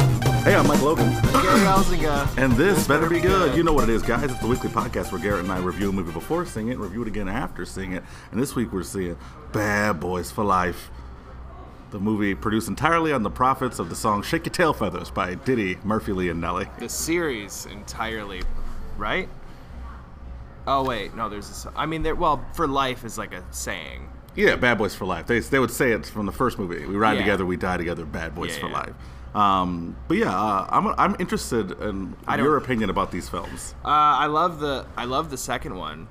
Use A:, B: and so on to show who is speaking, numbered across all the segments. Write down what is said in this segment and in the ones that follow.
A: I'm Mike Logan.
B: Gary Elzinga.
A: And this better be good. You know what it is, guys. It's the weekly podcast where Garrett and I review a movie before seeing it, review it again after seeing it. And this week we're seeing Bad Boys for Life, the movie produced entirely on the profits of the song Shake Your Tail Feathers by Diddy, Murphy Lee, and Nelly.
B: The series entirely, right? Oh wait, no. There's this. I mean, there. Well, for life is like a saying.
A: Yeah, Bad Boys for Life. They, they would say it from the first movie. We ride
B: Yeah.
A: together, we die together, Bad Boys
B: Yeah,
A: for
B: yeah.
A: Life. Um, but yeah, uh, I'm, I'm interested in
B: I don't-
A: your opinion about these films.
B: Uh, I love the. I love the second one.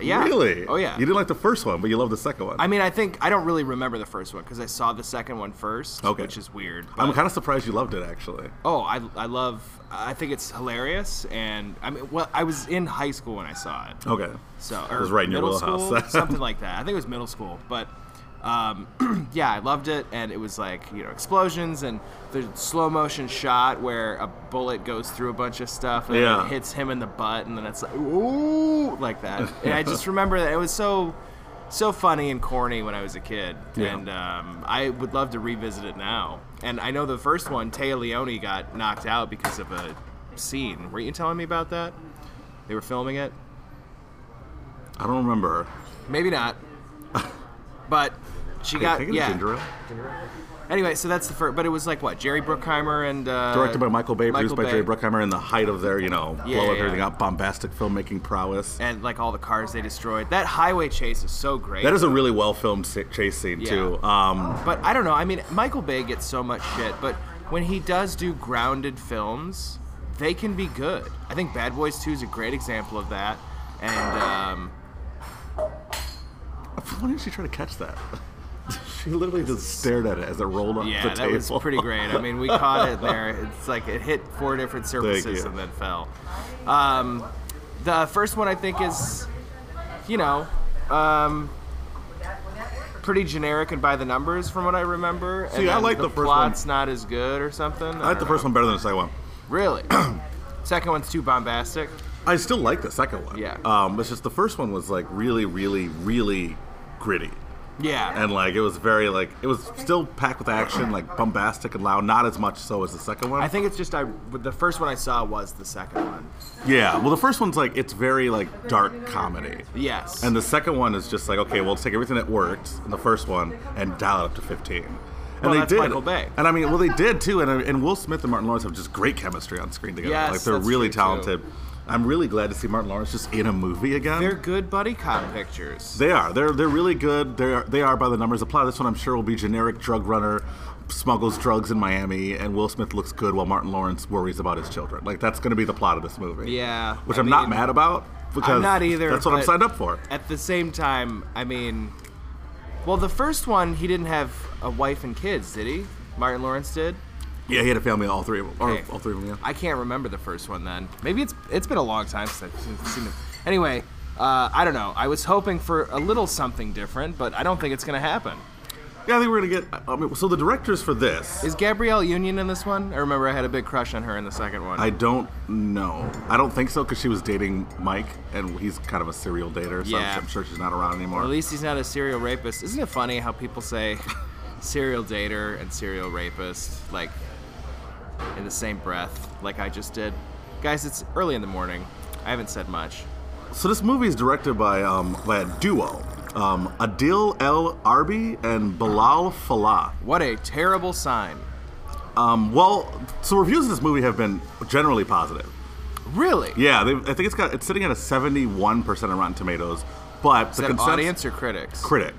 B: Yeah.
A: Really?
B: Oh yeah.
A: You didn't like the first one, but you love the second one.
B: I mean, I think I don't really remember the first one because I saw the second one first,
A: Okay.
B: which is weird.
A: I'm
B: but-
A: kind of surprised you loved it, actually.
B: Oh, I, I love. I think it's hilarious, and I mean, well, I was in high school when I saw it,
A: Okay.
B: so or
A: was right in your
B: middle
A: wheelhouse.
B: school, something like that. I think it was middle school, but um, yeah, I loved it, and it was like you know explosions and the slow motion shot where a bullet goes through a bunch of stuff and
A: Yeah.
B: then it hits him in the butt, and then it's like ooh like that, and I just remember that it was so. So funny and corny when I was a kid,
A: Yeah.
B: and um, I would love to revisit it now. And I know the first one, Taya Leone got knocked out because of a scene. Were you telling me about that? They were filming it.
A: I don't remember.
B: Maybe not. but she
A: Are you
B: got
A: thinking of
B: yeah.
A: Ginger Ale?
B: Anyway, so that's the first. But it was like what Jerry Bruckheimer and uh,
A: Directed by Michael Bay,
B: Michael
A: produced by
B: Bay,
A: Jerry Bruckheimer in the height of their, you know,
B: Yeah,
A: blow
B: yeah,
A: up everything
B: yeah.
A: up, bombastic filmmaking prowess.
B: and like all the cars they destroyed. That highway chase is so great.
A: That is a really well filmed chase scene, too. Um,
B: But I don't know. I mean, Michael Bay gets so much shit, but when he does do grounded films, they can be good. I think Bad Boys Two is a great example of that. And um,
A: why didn't she try to catch that? she literally just stared at it as it rolled up the table.
B: yeah, that was pretty great. I mean, we caught it there. It's like it hit four different surfaces
A: you.
B: and then fell. Um, the first one I think is, you know, um, pretty generic and by the numbers from what I remember.
A: See,
B: and
A: I
B: then
A: like the first one.
B: plot's not as good or something.
A: I like the first one better than the second one.
B: Really? Second one's too bombastic.
A: I still like the second one.
B: Yeah.
A: Um, it's just the first one was like really, really, really gritty.
B: Yeah.
A: and like it was very like it was still packed with action, like bombastic and loud. Not as much so as the second one.
B: I think it's just I the first one I saw was the second one.
A: yeah. Well, the first one's like it's very like dark comedy,
B: Yes.
A: and the second one is just like okay, well, let's take everything that worked in the first one and dial it up to fifteen. And
B: Well,
A: they
B: that's
A: did,
B: Michael Bay.
A: and I mean, well, they did too. And uh, and Will Smith and Martin Lawrence have just great chemistry on screen together.
B: Yes,
A: like they're
B: that's
A: really
B: true, too.
A: talented. I'm really glad to see Martin Lawrence just in a movie again.
B: they're good buddy cop pictures.
A: They are. They're they're really good. They are they are by the numbers. The plot of this one I'm sure will be generic drug runner smuggles drugs in Miami and Will Smith looks good while Martin Lawrence worries about his children. Like that's gonna be the plot of this movie.
B: Yeah,
A: Which
B: I
A: I'm not
B: mean,
A: mad about because
B: not either,
A: that's what I'm
B: but-
A: signed up for.
B: At the same time, I mean, well, the first one he didn't have a wife and kids, did he? Martin Lawrence did.
A: Yeah, he had a family all three of them. Or
B: Okay.
A: all three of them, yeah.
B: I can't remember the first one then. Maybe it's it's been a long time since I've seen- seen it. Anyway, uh, I don't know. I was hoping for a little something different, but I don't think it's gonna happen.
A: Yeah, I think we're gonna get I mean, so the directors for this
B: Is Gabrielle Union in this one? I remember I had a big crush on her in the second one.
A: I don't know. I don't think so because she was dating Mike, and he's kind of a serial dater, so
B: Yeah.
A: I'm, I'm sure she's not around anymore.
B: At least he's not a serial rapist. Isn't it funny how people say serial dater and serial rapist like in the same breath, like I just did? Guys, it's early in the morning. I haven't said much.
A: So this movie is directed by um, by a duo, um, Adil El Arbi and Bilal Falah.
B: What a terrible sign.
A: Um, well, so reviews of this movie have been generally positive.
B: Really?
A: Yeah, they, I think it's got it's sitting at a seventy one percent on Rotten Tomatoes, but
B: Is
A: the
B: that
A: consens-
B: audience or critics?
A: critic,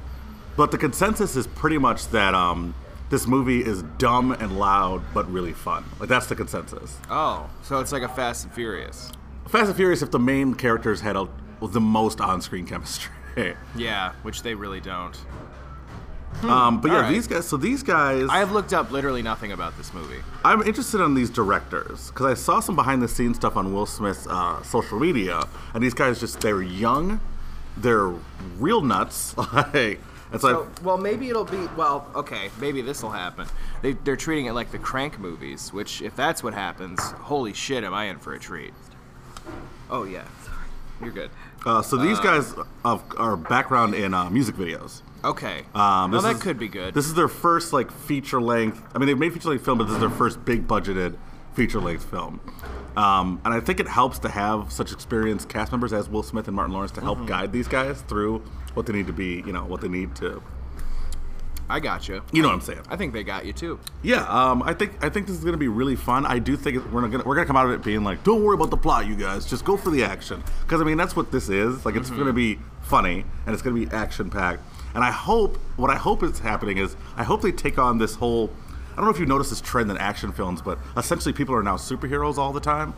A: but the consensus is pretty much that um, this movie is dumb and loud but really fun. Like that's the consensus.
B: oh, so it's like a Fast and Furious.
A: Fast and Furious, if the main characters had a, the most on screen chemistry.
B: Yeah, which they really don't.
A: Um, but yeah,
B: All right.
A: these guys. So these guys.
B: I have looked up literally nothing about this movie.
A: I'm interested on these directors because I saw some behind the scenes stuff on Will Smith's uh, social media, and these guys just they're young, they're real nuts. Like, it's
B: So,
A: like
B: well, maybe it'll be. Well, okay, maybe this will happen. They, they're treating it like the Crank movies, which, if that's what happens, holy shit, am I in for a treat? Oh yeah, you're good.
A: uh, so these guys of, are background in uh, music videos.
B: Okay.
A: Um,
B: well,
A: this
B: that
A: is-
B: could be good.
A: This is their first like feature length. I mean, they've made feature length film, but this is their first big budgeted feature length film. Um, and I think it helps to have such experienced cast members as Will Smith and Martin Lawrence to
B: Mm-hmm.
A: help guide these guys through what they need to be. You know, what they need to.
B: I got you.
A: You know what I'm saying?
B: I think they got you too.
A: Yeah, um, I think I think this is gonna be really fun. I do think it, we're gonna we're gonna come out of it being like, don't worry about the plot, you guys. Just go for the action, because I mean that's what this is. Like it's gonna
B: Mm-hmm.
A: be funny and it's gonna be action packed. And I hope what I hope is happening is I hope they take on this whole. I don't know if you noticed this trend in action films, but essentially people are now superheroes all the time.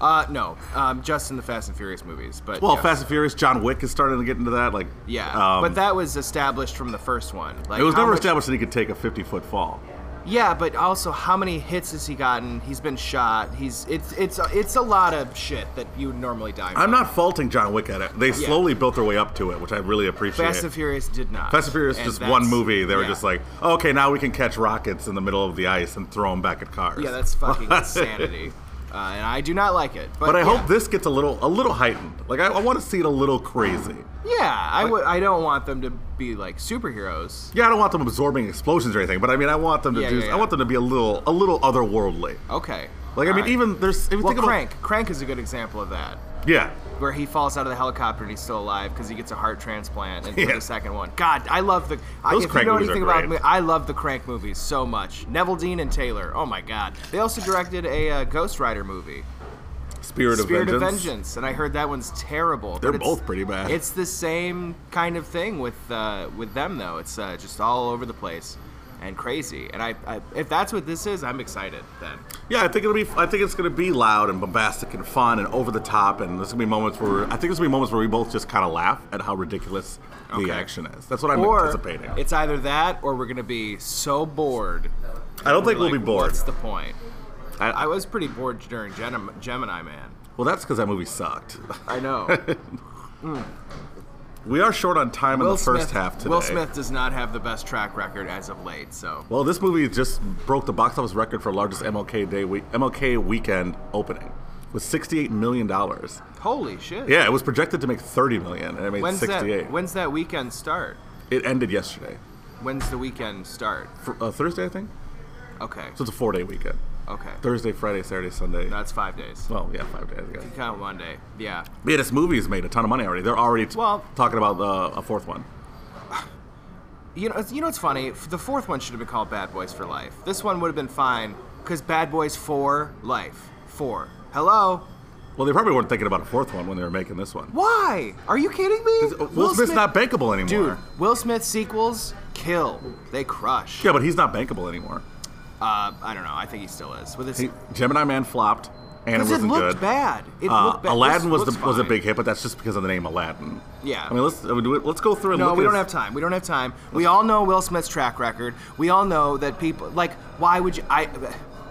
B: Uh, no, um, just in the Fast and Furious movies, but
A: Well,
B: yes.
A: Fast and Furious, John Wick is starting to get into that. Like,
B: Yeah,
A: um,
B: but that was established from the first one. Like,
A: it was
B: how
A: never
B: much-
A: established that he could take a fifty foot fall.
B: Yeah, but also, how many hits has he gotten? He's been shot. He's it's it's it's a lot of shit that you would normally die.
A: I'm
B: from.
A: not faulting John Wick at it. They slowly built their way up to it, which I really appreciate.
B: Fast and Furious did not.
A: Fast and Furious,
B: And
A: just
B: that's-
A: one movie. They were
B: yeah.
A: just like, oh, okay, now we can catch rockets in the middle of the ice and throw them back at cars.
B: yeah, that's fucking insanity, uh, and I do not like it. But,
A: But I
B: yeah.
A: hope this gets a little, a little heightened. Like I, I want to see it a little crazy.
B: Yeah, I would. I don't want them to be like superheroes.
A: Yeah, I don't want them absorbing explosions or anything, but I mean, I want them to
B: Yeah,
A: do.
B: yeah, yeah.
A: I want them to be a little, a little otherworldly.
B: Okay.
A: Like I
B: All
A: mean,
B: right.
A: even there's. If you
B: well,
A: think about,
B: Crank. Crank is a good example of that.
A: Yeah,
B: where he falls out of the helicopter and he's still alive because he gets a heart transplant and for
A: Yeah.
B: the second one. God, I love the. I,
A: Those
B: if
A: Crank
B: you know
A: movies
B: anything
A: are
B: about
A: great.
B: me, I love the Crank movies so much. Neville Dean and Taylor. Oh my God. They also directed a uh, Ghost Rider movie,
A: Spirit,
B: Spirit
A: of,
B: of
A: Vengeance.
B: Vengeance, and I heard that one's terrible. but
A: They're
B: it's-
A: both pretty bad.
B: It's the same kind of thing with uh, with them though. It's uh, just all over the place and crazy. And I, I, if that's what this is, I'm excited then.
A: Yeah, I think it'll be. I think it's gonna be loud and bombastic and fun and over the top. And there's gonna be moments where I think there's gonna be moments where we both just kind of laugh at how ridiculous
B: Okay.
A: the action is. That's what I'm
B: or
A: anticipating.
B: it's either that or we're gonna be so bored
A: I don't think
B: Like,
A: we'll be bored.
B: What's the point?
A: I-
B: I was pretty bored during Gem- Gemini Man.
A: Well, that's because that movie sucked.
B: I know.
A: We are short on time in the first
B: Smith,
A: half today.
B: Will Smith does not have the best track record as of late, so
A: Well, this movie just broke the box office record for largest MLK day week, MLK weekend opening with 68 million dollars.
B: holy shit.
A: Yeah, it was projected to make 30 million, and it made
B: When's
A: 68.
B: that? When's that weekend start?
A: it ended yesterday,
B: When's the weekend start?
A: Fr uh, Thursday, I think.
B: Okay.
A: So it's a four-day weekend:
B: Okay.
A: Thursday, Friday, Saturday, Sunday.
B: That's five days.
A: well, yeah, five days. I guess.
B: Count Monday. Yeah.
A: Yeah, this movie's made a ton of money already. They're already t-
B: Well-
A: talking about uh, a fourth one.
B: You know. You know what's funny? F- The fourth one should have been called Bad Boys for Life. This one would have been fine because Bad Boys for Life. Four. Hello.
A: Well, they probably weren't thinking about a fourth one when they were making this one.
B: Why? Are you kidding me?
A: uh, Will, Smith's not bankable anymore.
B: Dude, Will Smith sequels kill. They crush.
A: Yeah, but he's not bankable anymore.
B: Uh, I don't know. I think he still is. With his,
A: He- Gemini Man flopped, and it
B: 'cause
A: wasn't
B: looked
A: good.
B: bad. It
A: Uh,
B: looked bad.
A: Aladdin
B: This
A: was the,
B: looks
A: was a
B: fine.
A: big hit, but that's just because of the name Aladdin.
B: Yeah.
A: I mean, let's I mean, do it- let's go through and
B: No,
A: look
B: we
A: at
B: don't
A: his-
B: have time. We don't have time. We all know Will Smith's track record. We all know that people like. Why would you? I.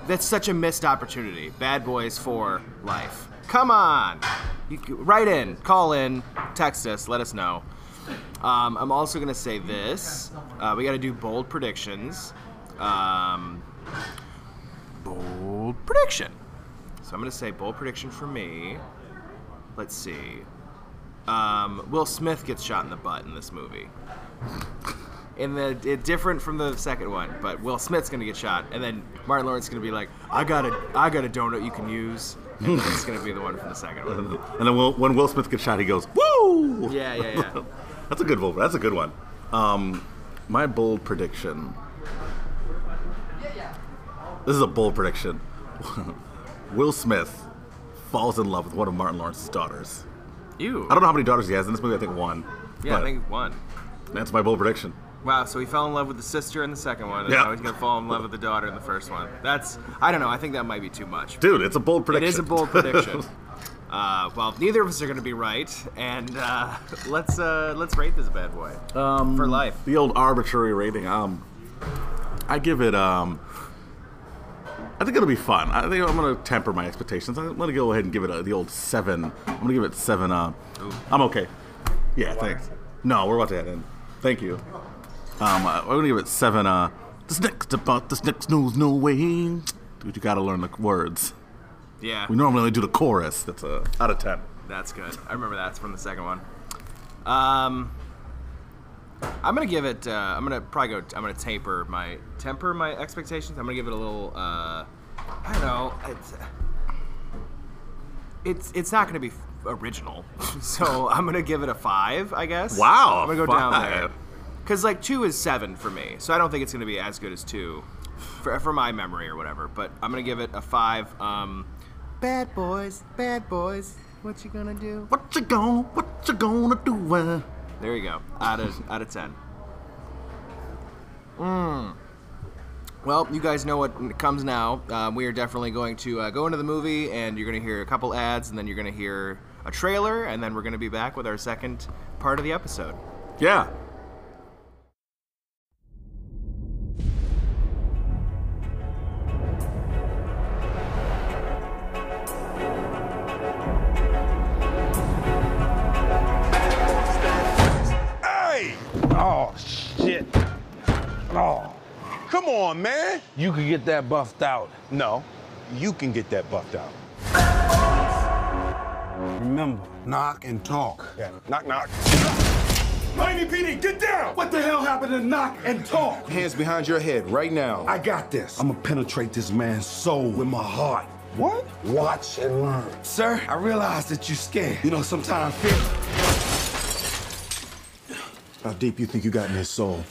B: That's such a missed opportunity. Bad Boys for life. Come on. You, c- write in, call in, text us, let us know. Um, I'm also gonna say this. Uh, we got to do bold predictions. Um, bold prediction. So I'm gonna say bold prediction for me. Let's see. Um, Will Smith gets shot in the butt in this movie. In the it, different from the second one, but Will Smith's gonna get shot, and then Martin Lawrence is gonna be like, "I got a, I got a donut you can use," and it's gonna be the one from the second one.
A: And then Will, when Will Smith gets shot, he goes, "Woo!"
B: Yeah, yeah, yeah.
A: That's a good Wolver. That's a good one. Um, my bold prediction. This is a bold prediction. Will Smith falls in love with one of Martin Lawrence's daughters.
B: You.
A: I don't know how many daughters he has in this movie. I think one.
B: yeah, I
A: But
B: think one.
A: that's my bold prediction.
B: Wow, so he fell in love with the sister in the second one, and
A: Yeah.
B: now he's gonna fall in love with the daughter in the first one. That's I don't know. I think that might be too much.
A: Dude, it's a bold
B: It
A: prediction.
B: is a bold prediction. Uh, well, neither of us are gonna be right, and uh, let's uh, let's rate this bad boy um, for life.
A: the old arbitrary rating. Um, I give it. Um, I think it'll be fun. I think I'm gonna temper my expectations. I'm gonna go ahead and give it a, the old seven. I'm gonna give it seven. Uh, I'm okay. Yeah, thanks. No, we're about to head in. Thank you. Um, uh, I'm gonna give it seven. Uh, this next about this next news, no way. Dude, you gotta learn the words.
B: Yeah,
A: We normally only do the chorus. That's a out of ten.
B: that's good. I remember that's from the second one. Um, I'm gonna give it. Uh, I'm gonna probably go. I'm gonna taper my temper my expectations. I'm gonna give it a little. Uh, I don't know. It's it's it's not gonna be original, so I'm gonna give it a five. I guess.
A: Wow,
B: I'm gonna go down there
A: five.
B: because like two is seven for me, so I don't think it's gonna be as good as two, for for my memory or whatever. But I'm gonna give it a five. Um, bad boys, bad boys. What you gonna do?
A: What you gonna What you gonna do? uh?
B: There you go. Out of out of ten. Mm. Well, you guys know what comes now. Um, we are definitely going to uh, go into the movie, and you're going to hear a couple ads, and then you're going to hear a trailer, and then we're going to be back with our second part of the episode.
A: Yeah.
C: Hey!
D: Oh, shit. Oh,
C: Come on, man!
D: you could get that buffed out.
C: No, you can get that buffed out.
D: Remember, knock and talk.
C: Yeah. Knock, knock.
E: Miami PD, get down! What the hell happened to knock and talk?
C: Hands behind your head right now.
E: I got this. I'm gonna penetrate this man's soul with my heart.
C: What?
E: Watch and learn. Sir, I realize that you're scared. You know, sometimes fear.
C: How deep you think you got in his soul?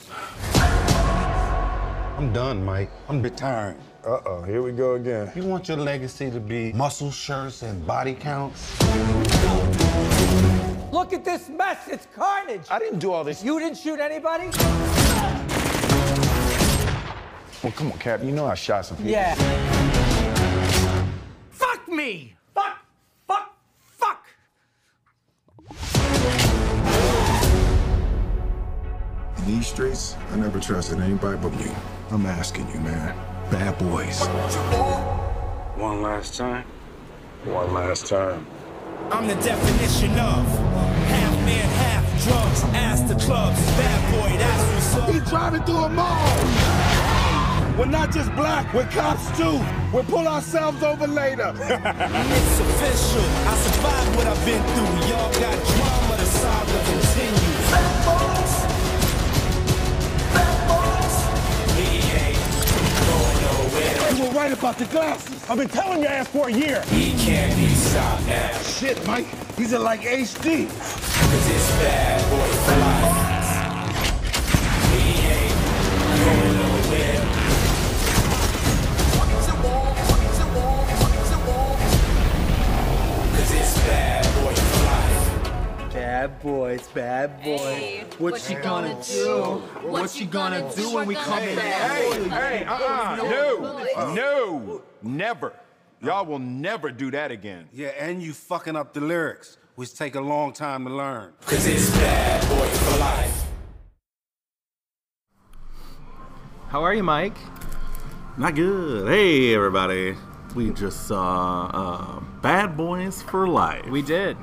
D: I'm done, Mike. I'm retiring.
C: Uh-oh, here we go again.
D: You want your legacy to be muscle shirts and body counts?
F: Look at this mess. It's carnage.
D: I didn't do all this.
F: You didn't shoot anybody?
C: Well, come on, Cap. You know I shot some people.
F: Yeah. Fuck me. Fuck. Fuck. Fuck.
C: In these streets, I never trusted anybody but you. I'm asking you, man. Bad boys.
D: One last time.
C: One last time.
G: I'm the definition of half man, half drugs. Ask the clubs, bad boy, that's what's up.
E: He's driving through a mall. We're not just black, we're cops too. We'll pull ourselves over later.
G: It's official. I survived what I've been through. Y'all got drama, the saga continues. Bad boys, bad boys. We ain't going nowhere.
E: You were right about the glasses. I've been telling your ass for a year.
G: We can't be stopped now.
E: Shit, Mike, these are like HD.
G: Cause it's bad boy for life. We ain't going nowhere. Cause it's bad boy for life.
F: Bad boys. Bad boys.
H: Hey, what she gonna do? What she gonna do when we come back?
C: Hey, uh-uh, no, no, never. Y'all will never do that again.
E: Yeah, and you fucking up the lyrics, which take a long time to learn.
G: Cause it's bad boy for life.
B: How are you, Mike?
A: Not good. Hey, everybody. We just saw uh, Bad Boys for Life.
B: We did.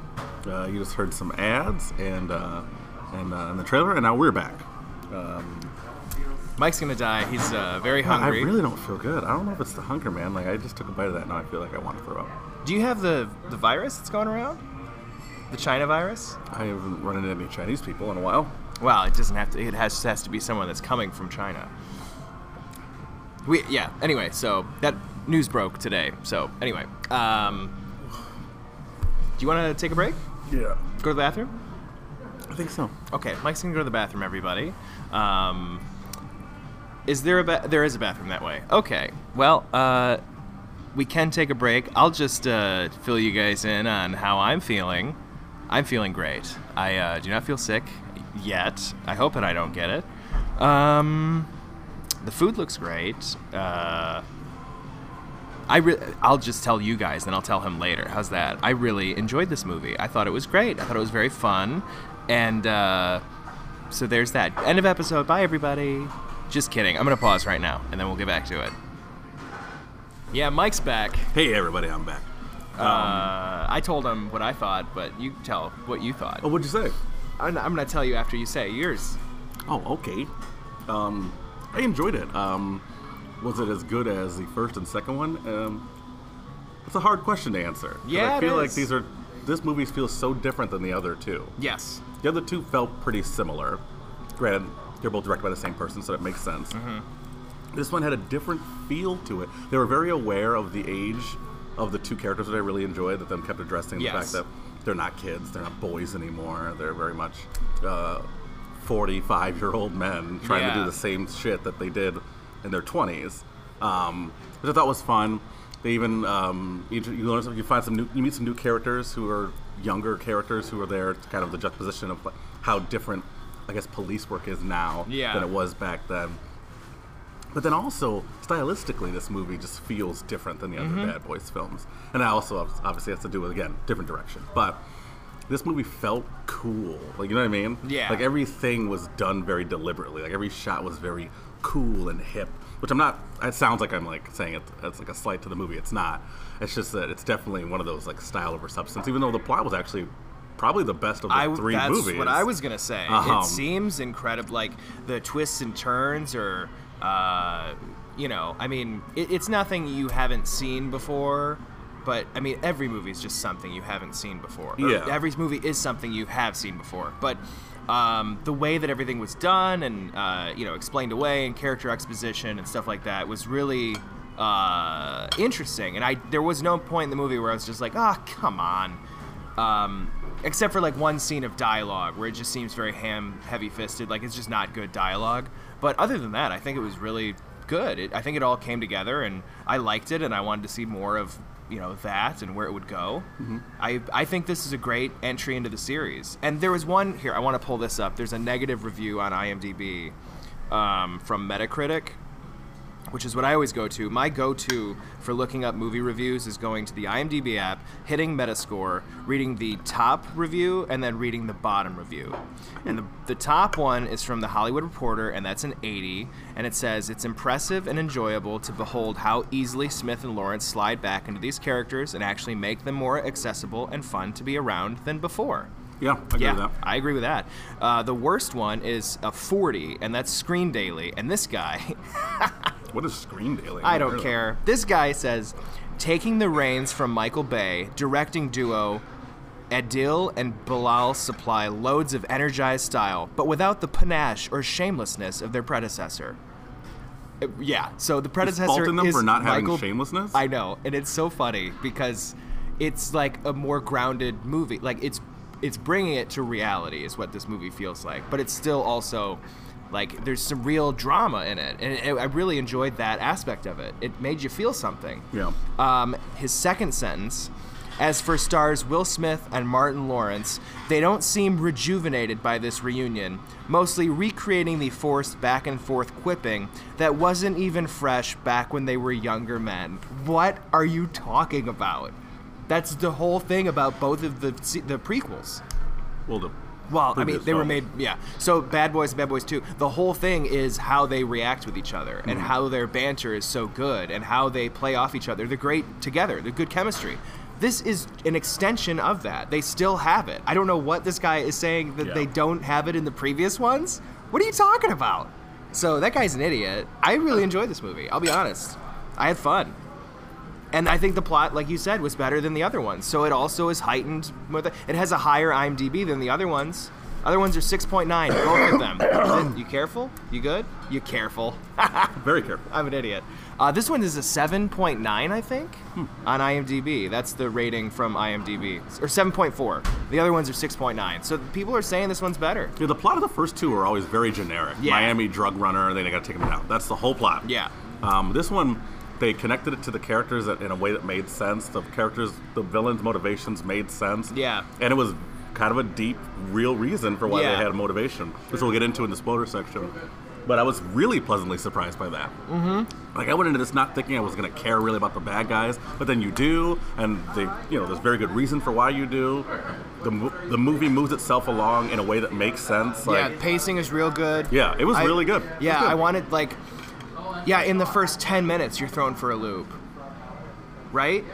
A: Uh, you just heard some ads and uh, and, uh, and the trailer, and now we're back.
B: Mike's gonna die. He's uh, very
A: I
B: hungry.
A: really don't feel good. I don't know if it's the hunger, man. Like I just took a bite of that, and now I feel like I want to throw up.
B: Do you have the the virus that's going around? The China virus?
A: I haven't run into any Chinese people in a while.
B: Well, it doesn't have to. It has has to be someone that's coming from China. We yeah. Anyway, so that news broke today. So anyway, um, do you want to take a break?
A: Yeah,
B: Go to the bathroom.
A: I think so.
B: Okay, Mike's gonna go to the bathroom. Everybody, um, is there a ba- there is a bathroom that way? Okay. Well, uh, we can take a break. I'll just uh, fill you guys in on how I'm feeling. I'm feeling great. I uh, do not feel sick yet. I hope that I don't get it. Um, the food looks great. Uh, I re- I'll just tell you guys, then I'll tell him later. How's that? I really enjoyed this movie. I thought it was great. I thought it was very fun, and uh, so there's that end of episode. Bye everybody. Just kidding. I'm gonna pause right now, and then we'll get back to it. Yeah, Mike's back.
A: Hey, everybody, I'm back.
B: Uh, I told him what I thought, but you tell what you thought.
A: Oh, what'd you say?
B: I'm, I'm gonna tell you after you say yours.
A: Oh, okay. Um, I enjoyed it. Um, was it as good as the first and second one? Um, it's a hard question to answer. 'Cause
B: Yeah,
A: I
B: it
A: feel like
B: is.
A: these are. This movie feels so different than the other two.
B: Yes.
A: The other two felt pretty similar. Granted, they're both directed by the same person, so that makes sense.
B: Mm-hmm.
A: This one had a different feel to it. They were very aware of the age of the two characters that I really enjoyed, that them kept addressing the fact
B: Yes.
A: that they're not kids, they're not boys anymore. They're very much uh, 45 year old men trying to do
B: Yeah.
A: the same shit that they did in their 20s, um, which I thought was fun. They even um, you, you learn some, you find some new you meet some new characters who are younger characters who are there to kind of the juxtaposition of like, how different I guess police work is now
B: Yeah.
A: than it was back then. But then also stylistically, this movie just feels different than the
B: Mm-hmm.
A: other Bad Boys films, and that also ob- obviously has to do with again different direction. But this movie felt cool, like you know what I mean?
B: Yeah.
A: Like everything was done very deliberately. Like every shot was very cool and hip. Which I'm not. It sounds like I'm like saying it. It's like a slight to the movie. It's not. It's just that it's definitely one of those like style over substance. Even though the plot was actually probably the best of the
B: I,
A: three
B: that's
A: movies.
B: what I was gonna say.
A: Um,
B: it seems incredible, like the twists and turns, or uh, you know, I mean, it, it's nothing you haven't seen before. But I mean, every movie is just something you haven't seen before. Or
A: Yeah.
B: Every movie is something you have seen before. But um, the way that everything was done and uh, you know explained away and character exposition and stuff like that was really uh, interesting. And I there was no point in the movie where I was just like, ah, come on um, except for like one scene of dialogue where it just seems very ham heavy fisted like it's just not good dialogue but other than that i think it was really good it, i think it all came together and i liked it and i wanted to see more of you know that and where it would go I, I think this is a great entry into the series and there was one here i want to pull this up there's a negative review on imdb um, from metacritic which is what I always go to. My go to for looking up movie reviews is going to the IMDb app, hitting Metascore, reading the top review, and then reading the bottom review. And the, the top one is from The Hollywood Reporter, and that's an 80. And it says, It's impressive and enjoyable to behold how easily Smith and Lawrence slide back into these characters and actually make them more accessible and fun to be around than before.
A: Yeah, I agree
B: yeah,
A: with that.
B: I agree with that. Uh, the worst one is a 40, and that's Screen Daily. And this guy
A: What is Screen Daily?
B: I don't care. This guy says, taking the reins from Michael Bay, directing duo Adil and Bilal supply loads of energized style, but without the panache or shamelessness of their predecessor. Uh, Yeah, so the predecessor
A: faulting them
B: is
A: for not having
B: Michael-
A: shamelessness?
B: I know, and it's so funny because it's like a more grounded movie. Like it's it's bringing it to reality is what this movie feels like, but it's still also like there's some real drama in it, and it, I really enjoyed that aspect of it. It made you feel something.
A: Yeah.
B: Um, his second sentence. As for stars Will Smith and Martin Lawrence, they don't seem rejuvenated by this reunion, mostly recreating the forced back and forth quipping that wasn't even fresh back when they were younger men. What are you talking about? That's the whole thing about both of the se- the prequels.
A: Well, the
B: Well, I mean,
A: previous
B: they were
A: films.
B: made, yeah. So Bad Boys and Bad Boys 2, the whole thing is how they react with each other and
A: Mm-hmm.
B: how their banter is so good and how they play off each other. They're great together, they're good chemistry. This is an extension of that. They still have it. I don't know what this guy is saying that
A: Yeah.
B: they don't have it in the previous ones. What are you talking about? So that guy's an idiot. I really enjoyed this movie. I'll be honest. I had fun. And I think the plot, like you said, was better than the other ones. So it also is heightened. With it has a higher IMDb than the other ones. Other ones are 6.9. Both of them. you careful? You good? You careful?
A: very careful.
B: I'm an idiot. Uh, this one is a 7.9, I think, on IMDb. That's the rating from IMDb, or 7.4. The other ones are 6.9. So people are saying this one's better.
A: Yeah, the plot of the first two are always very generic.
B: Yeah.
A: Miami drug runner, they got to take him down. That's the whole plot.
B: Yeah.
A: Um, this one, they connected it to the characters that- in a way that made sense. The characters, the villains' motivations made sense.
B: Yeah.
A: And it was kind of a deep, real reason for why
B: Yeah.
A: they had a motivation, which we'll get into in the spoiler section. But I was really pleasantly surprised by that. Like I went into this not thinking I was gonna care really about the bad guys, but then you do, and they, you know, there's very good reason for why you do. The, mo- the movie moves itself along in a way that makes sense. Like,
B: yeah, pacing is real good.
A: Yeah, it was
B: I-
A: really good. It was
B: Yeah,
A: good.
B: I wanted like, yeah, in the first ten minutes you're thrown for a loop, right?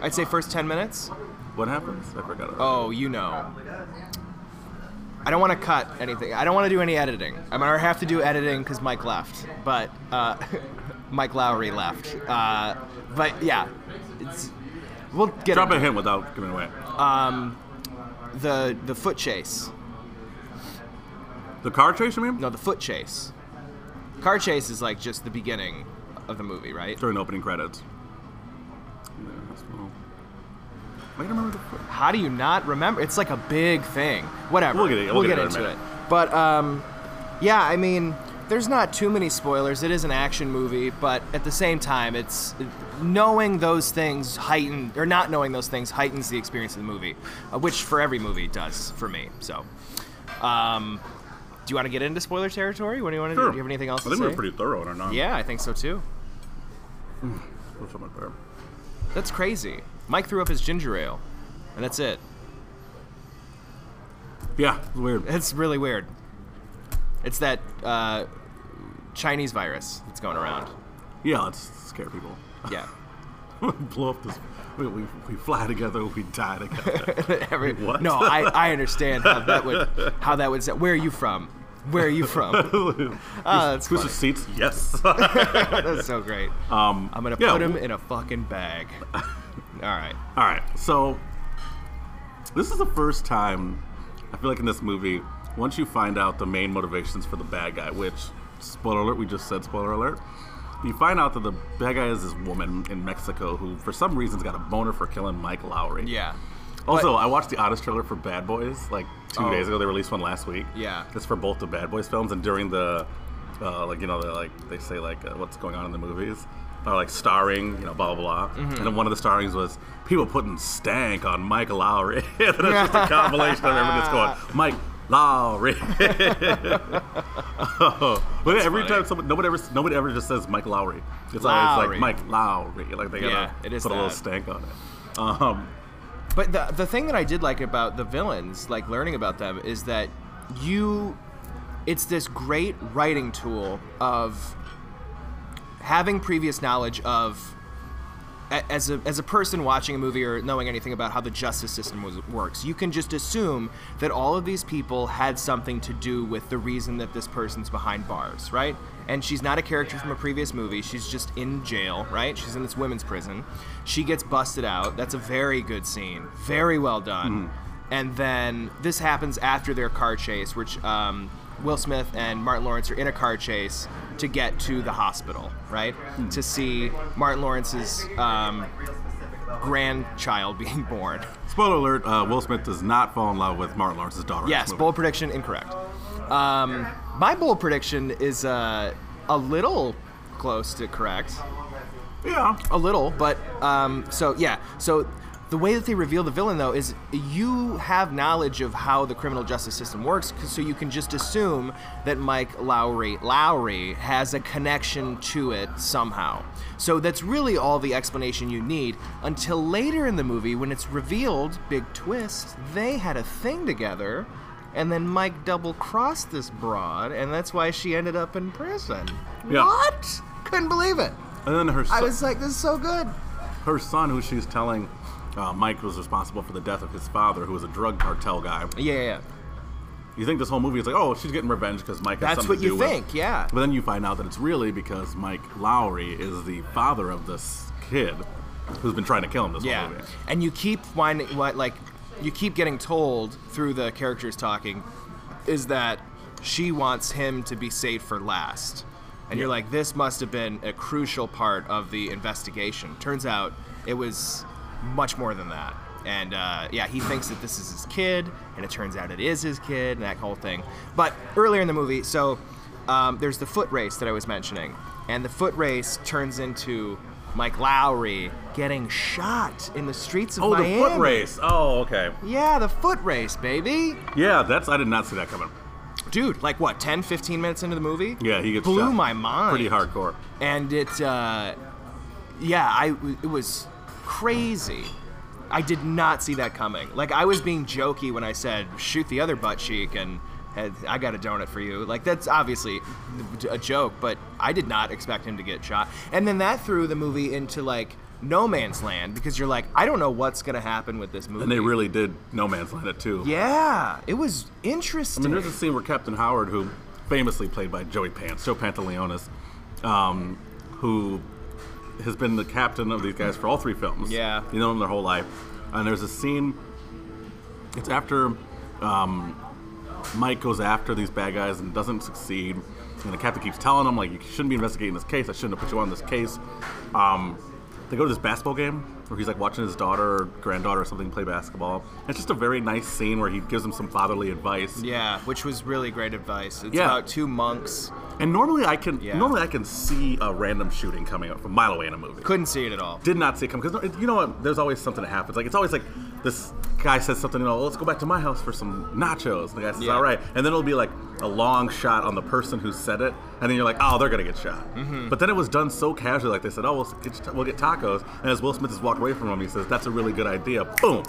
B: I'd say first ten minutes.
A: what happens? I forgot. About
B: Oh, you know. I don't want to cut anything. I don't want to do any editing. I'm gonna have to do editing because Mike left, but uh, Mike Lowry left. Uh, but yeah, it's, we'll get
A: Drop
B: into
A: a hint without giving it away.
B: the the foot chase.
A: The The car chase, you mean?
B: No, the foot chase. Car chase is like just the beginning of the movie, right?
A: During opening credits. Yeah, that's well. I don't remember the.
B: How do you not remember? It's like a big thing. Whatever.
A: We'll get it- we'll get it in a
B: into
A: minute.
B: it. But um, yeah, I mean, there's not too many spoilers. It is an action movie, but at the same time, it's knowing those things heighten or not knowing those things heightens the experience of the movie, uh, which for every movie does for me. So, um, do you want to get into spoiler territory? What do you want to do? Do you have anything else
A: I
B: to
A: think
B: say?
A: we were pretty thorough in our non.
B: yeah, I think so too.
A: or something like that.
B: That's crazy. Mike threw up his ginger ale, and that's it.
A: Yeah, it's weird.
B: It's really weird. It's that uh, Chinese virus that's going around.
A: Yeah, let's scare people.
B: Yeah.
A: Blow up this. We, we, we fly together. We die together.
B: Every-
A: what?
B: No, I, I understand how that would how that would sound. Where are you from? Where are you from? Ah, that's
A: Exclusive
B: funny.
A: seats. Yes.
B: That's so great.
A: um,
B: I'm gonna
A: yeah,
B: put him in a fucking bag. All right.
A: All right, so this is the first time I feel like in this movie, once you find out the main motivations for the bad guy, which spoiler alert, we just said spoiler alert, you find out that the bad guy is this woman in Mexico who, for some reason, has got a boner for killing Mike Lowry.
B: Yeah.
A: Also, I watched the Otis trailer for Bad Boys like two
B: Oh.
A: days ago. They released one last week.
B: Yeah.
A: it's for both the Bad Boys films, and during the, uh, like you know, they like they say like uh, what's going on in the movies, or like starring, you know, blah blah blah.
B: Mm-hmm.
A: And then one of the starrings was people putting stank on Mike Lowry. and it's just a compilation of everyone just going Mike Lowry. Oh. but every
B: funny.
A: time someone, nobody ever, nobody ever just says Mike Lowry. It's always like
B: Lowry.
A: Mike Lowry. Like they gotta
B: Yeah, it is
A: put a little
B: that.
A: stank on it. Um,
B: But the the thing that I did like about the villains, like learning about them, is that you it's this great writing tool of having previous knowledge of a- as a, as a person watching a movie or knowing anything about how the justice system was, works, you can just assume that all of these people had something to do with the reason that this person's behind bars, right? And she's not a character from a previous movie. She's just in jail, right? She's in this women's prison. She gets busted out. That's a very good scene. Very well done. And then this happens after their car chase, which um, Will Smith and Martin Lawrence are in a car chase to get to the hospital, right? To see Martin Lawrence's um, grandchild being born.
A: Spoiler alert: uh, Will Smith does not fall in love with Martin Lawrence's daughter. in
B: Yes,
A: this movie.
B: bold prediction incorrect. Um, my bold prediction is uh, a little close to correct.
A: Yeah,
B: a little, but um, so yeah, so the way that they reveal the villain though is you have knowledge of how the criminal justice system works, 'cause- so you can just assume that Mike Lowry Lowry has a connection to it somehow. So that's really all the explanation you need until later in the movie when it's revealed, big twist, they had a thing together. And then Mike double crossed this broad, and that's why she ended up in prison.
A: Yeah.
B: What? Couldn't believe it.
A: and then her son,
B: like, this is so good.
A: her son, who she's telling, uh, Mike was responsible for the death of his father, who was a drug cartel guy.
B: Yeah, yeah, yeah.
A: You think this whole movie is like, oh, she's getting revenge because Mike. has
B: That's
A: something
B: what
A: to
B: you
A: do with-
B: think, yeah.
A: But then you find out that it's really because Mike Lowry is the father of this kid who's been trying to kill him this
B: Yeah.
A: whole movie.
B: And you keep finding what like you keep getting told through the characters talking is that she wants him to be saved for last. And you're like, this must have been a crucial part of the investigation. Turns out it was much more than that. And uh, yeah, he thinks that this is his kid, and it turns out it is his kid, and that whole thing. But earlier in the movie, so um, there's the foot race that I was mentioning, and the foot race turns into Mike Lowry getting shot in the streets of
A: Oh,
B: Miami.
A: the foot race. Oh, okay.
B: Yeah, the foot race, baby.
A: Yeah, that's I did not see that coming.
B: Dude, like what, 10, 15 minutes into the movie?
A: Yeah, he gets
B: blew
A: shot
B: my mind.
A: Pretty hardcore.
B: and it uh, yeah i it was crazy i did not see that coming like i was being jokey when i said shoot the other butt cheek and had, i got a donut for you like that's obviously a joke but i did not expect him to get shot and then that threw the movie into like no man's land because you're like i don't know what's gonna happen with this movie
A: And they really did No Man's Land it too.
B: yeah it was
A: I
B: interesting
A: mean, there's a scene where Captain Howard, who famously played by Joey Pants, Joe Pantaleonis, um, who has been the captain of these guys for all three films.
B: Yeah.
A: You know him their whole life. And there's a scene, it's after um, Mike goes after these bad guys and doesn't succeed. And the captain keeps telling him, like, you shouldn't be investigating this case. I shouldn't have put you on this case. Um, they go to this basketball game where he's like watching his daughter or granddaughter or something play basketball. And it's just a very nice scene where he gives him some fatherly advice.
B: Yeah, which was really great advice. It's
A: Yeah.
B: about two monks.
A: And normally I can
B: Yeah.
A: normally I can see a random shooting coming up from a mile away in a movie.
B: Couldn't see it at all.
A: did not see it coming because you know what? There's always something that happens. Like it's always like this guy says something, you know, let's go back to my house for some nachos. And the guy says,
B: Yeah.
A: all right, and then it'll be like a long shot on the person who said it, and then you're like, oh, they're gonna get shot.
B: Mm-hmm.
A: But then it was done so casually, like they said, oh, we'll get, we'll get tacos. And as Will Smith has walked away from him, he says, that's a really good idea. Boom.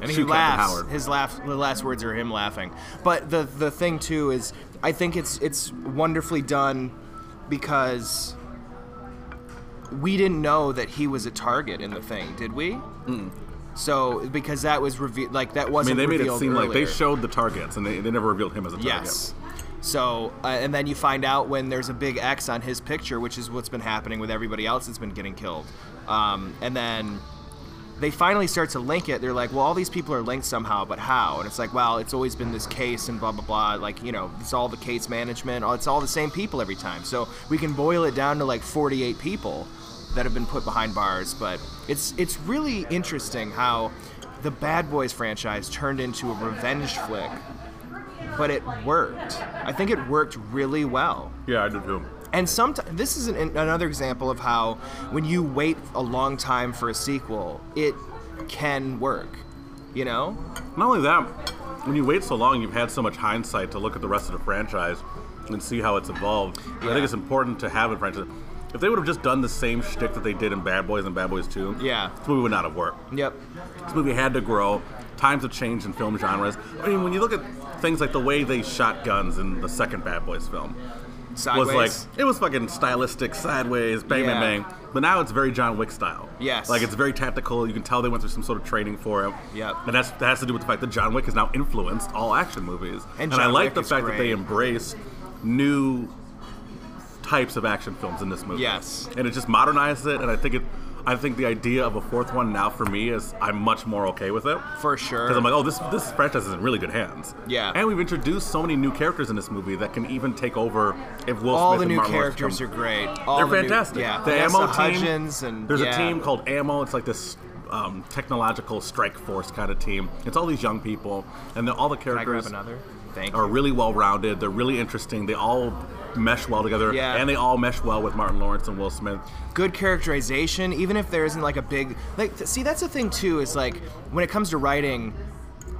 B: and he
A: Shoot Captain
B: laughs. His laugh, the last words are him laughing. But the the thing too is, I think it's it's wonderfully done because we didn't know that he was a target in the thing, did we? So because that was revealed, like that
A: Mm. I mean,
B: wasn't.
A: they made it
B: revealed
A: seem like they
B: earlier.
A: showed the targets, and they, they never revealed him as a target.
B: Yes. So, uh, and then you find out when there's a big X on his picture, which is what's been happening with everybody else that's been getting killed. Um, and then they finally start to link it. They're like, well, all these people are linked somehow, but how? And it's like, well, it's always been this case and blah, blah, blah. Like, you know, it's all the case management. It's all the same people every time. So we can boil it down to like 48 people that have been put behind bars. But it's, it's really interesting how the Bad Boys franchise turned into a revenge flick but it worked. I think it worked really well.
A: Yeah, I do too.
B: And sometimes this is an, another example of how when you wait a long time for a sequel, it can work. You know?
A: Not only that, when you wait so long, you've had so much hindsight to look at the rest of the franchise and see how it's evolved. And I
B: Yeah.
A: think it's important to have a franchise. If they would have just done the same shtick that they did in Bad Boys and Bad Boys 2,
B: Yeah.
A: this movie would not have worked.
B: Yep.
A: This movie had to grow. Times have changed in film genres. I mean, when you look at things like the way they shot guns in the second Bad Boys film, was
B: Sideways.
A: like it was fucking stylistic, sideways, bang,
B: Yeah.
A: bang, bang. But now it's very John Wick style.
B: Yes.
A: like it's very tactical. You can tell they went through some sort of training for it.
B: Yep.
A: and that's that has to do with the fact that John Wick has now influenced all action movies.
B: And
A: I
B: John
A: like
B: Wick
A: the
B: is
A: fact that they
B: great.
A: embrace new types of action films in this movie.
B: Yes.
A: and it just modernized it. And I think it, I think the idea of a fourth one now for me is I'm much more okay with it.
B: for sure.
A: Because I'm like, oh, this this franchise is in really good hands.
B: Yeah.
A: And we've introduced so many new characters in this movie that can even take over if Will
B: all
A: Smith
B: the
A: and
B: new
A: Martin Lawrence
B: characters
A: come-
B: are great. All
A: They're
B: the new-
A: fantastic.
B: yeah.
A: The
B: Vanessa
A: ammo team.
B: Hudgens and
A: there's
B: yeah.
A: a team called Ammo. It's like this um, technological strike force kind of team. It's all these young people, and they're- all the
B: Can I grab
A: characters
B: another? Thank
A: are
B: you.
A: really well rounded. They're really interesting. They all mesh well together,
B: Yeah.
A: and they all mesh well with Martin Lawrence and Will Smith.
B: good characterization even if there isn't like a big like th- see that's the thing too is like when it comes to writing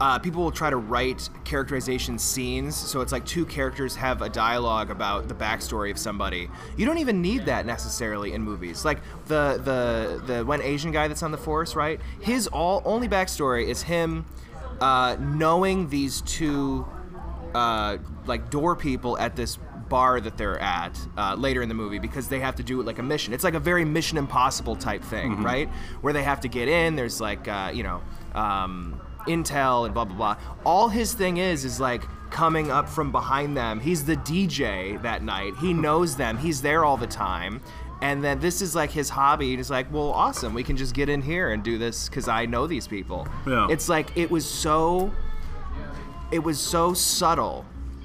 B: uh, people will try to write characterization scenes so it's like two characters have a dialogue about the backstory of somebody you don't even need that necessarily in movies like the the the one asian guy that's on the force right his all only backstory is him uh, knowing these two uh, like door people at this bar that they're at uh, later in the movie because they have to do like a mission. It's like a very Mission Impossible type thing, right? Where they have to get in. There's like uh, you know um, intel and blah blah blah. All his thing is is like coming up from behind them. He's the DJ that night. He knows them. He's there all the time. And then this is like his hobby. And he's like, well, awesome. We can just get in here and do this because I know these people.
A: Yeah.
B: It's like it was so it was so subtle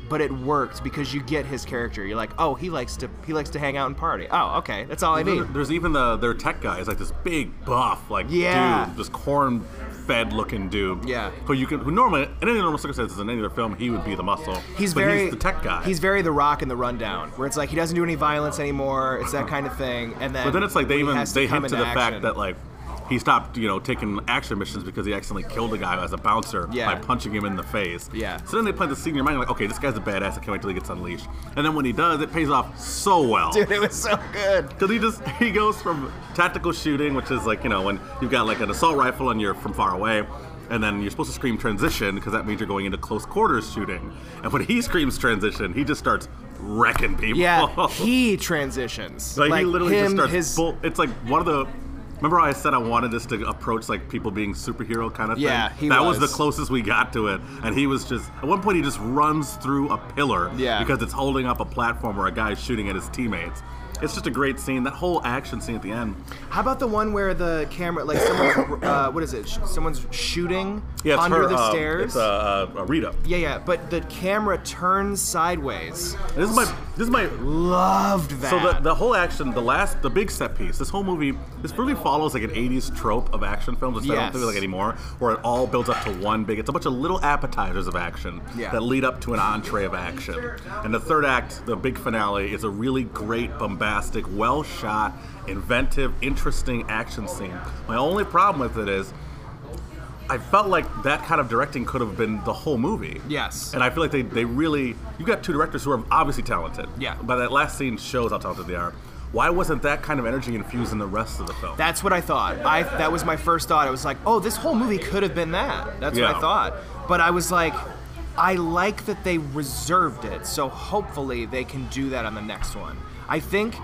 B: but it worked because you get his character you're like oh he likes to he likes to hang out and party oh okay that's all i need
A: There- There's even the their tech guy is like this big buff, like
B: Yeah.
A: dude, this corn fed looking dude.
B: Yeah.
A: Who you can who normally in any normal circumstances in any other film he would be the muscle.
B: he's
A: but
B: very
A: he's the tech guy.
B: he's very the rock in the rundown where it's like he doesn't do any violence anymore it's that kind of thing and then
A: but then it's like they
B: when he
A: even
B: has
A: they
B: come
A: hint to the
B: into action-
A: fact that like he stopped, you know, taking action missions because he accidentally killed a guy as a bouncer
B: Yeah.
A: by punching him in the face.
B: Yeah.
A: So then they play the scene in your mind, like, okay, this guy's a badass. I can't wait till he gets unleashed. And then when he does, it pays off so well.
B: dude it was so good
A: Because he just he goes from tactical shooting, which is like you know when you've got like an assault rifle and you're from far away, and then you're supposed to scream transition because that means you're going into close quarters shooting. And when he screams transition, he just starts wrecking people.
B: yeah he transitions
A: like, he literally
B: him,
A: just starts.
B: his
A: bull- it's like one of the. Remember how I said I wanted this to approach like people being superhero kind of thing?
B: Yeah, he
A: that was.
B: was.
A: the closest we got to it. And he was just at one point he just runs through a pillar
B: Yeah.
A: because it's holding up a platform where a guy's shooting at his teammates. It's just a great scene. That whole action scene at the end.
B: How about the one where the camera, like someone's, uh, what is it? Sh- Someone's shooting
A: Yeah, it's
B: under
A: her,
B: the
A: uh,
B: stairs.
A: It's uh, uh, Rita.
B: yeah, yeah, but the camera turns sideways.
A: This is my. This is my.
B: Loved that.
A: So the, the whole action, the last, the big set piece. This whole movie, this really follows like an '80s trope of action films, which I don't
B: Yes.
A: think like anymore, where it all builds up to one big. It's a bunch of little appetizers of action
B: Yeah.
A: that lead up to an entree of action. And the third act, the big finale, is a really great, bombastic, well shot, inventive, interesting action scene. My only problem with it is. I felt like that kind of directing could have been the whole movie.
B: Yes.
A: And I feel like they, they really you got two directors who are obviously talented.
B: Yeah.
A: But that last scene shows how talented they are. Why wasn't that kind of energy infused in the rest of the film?
B: That's what I thought. I that was my first thought. I was like, oh, this whole movie could have been that. That's what
A: Yeah.
B: I thought. But I was like, I like that they reserved it. So hopefully they can do that on the next one. I think,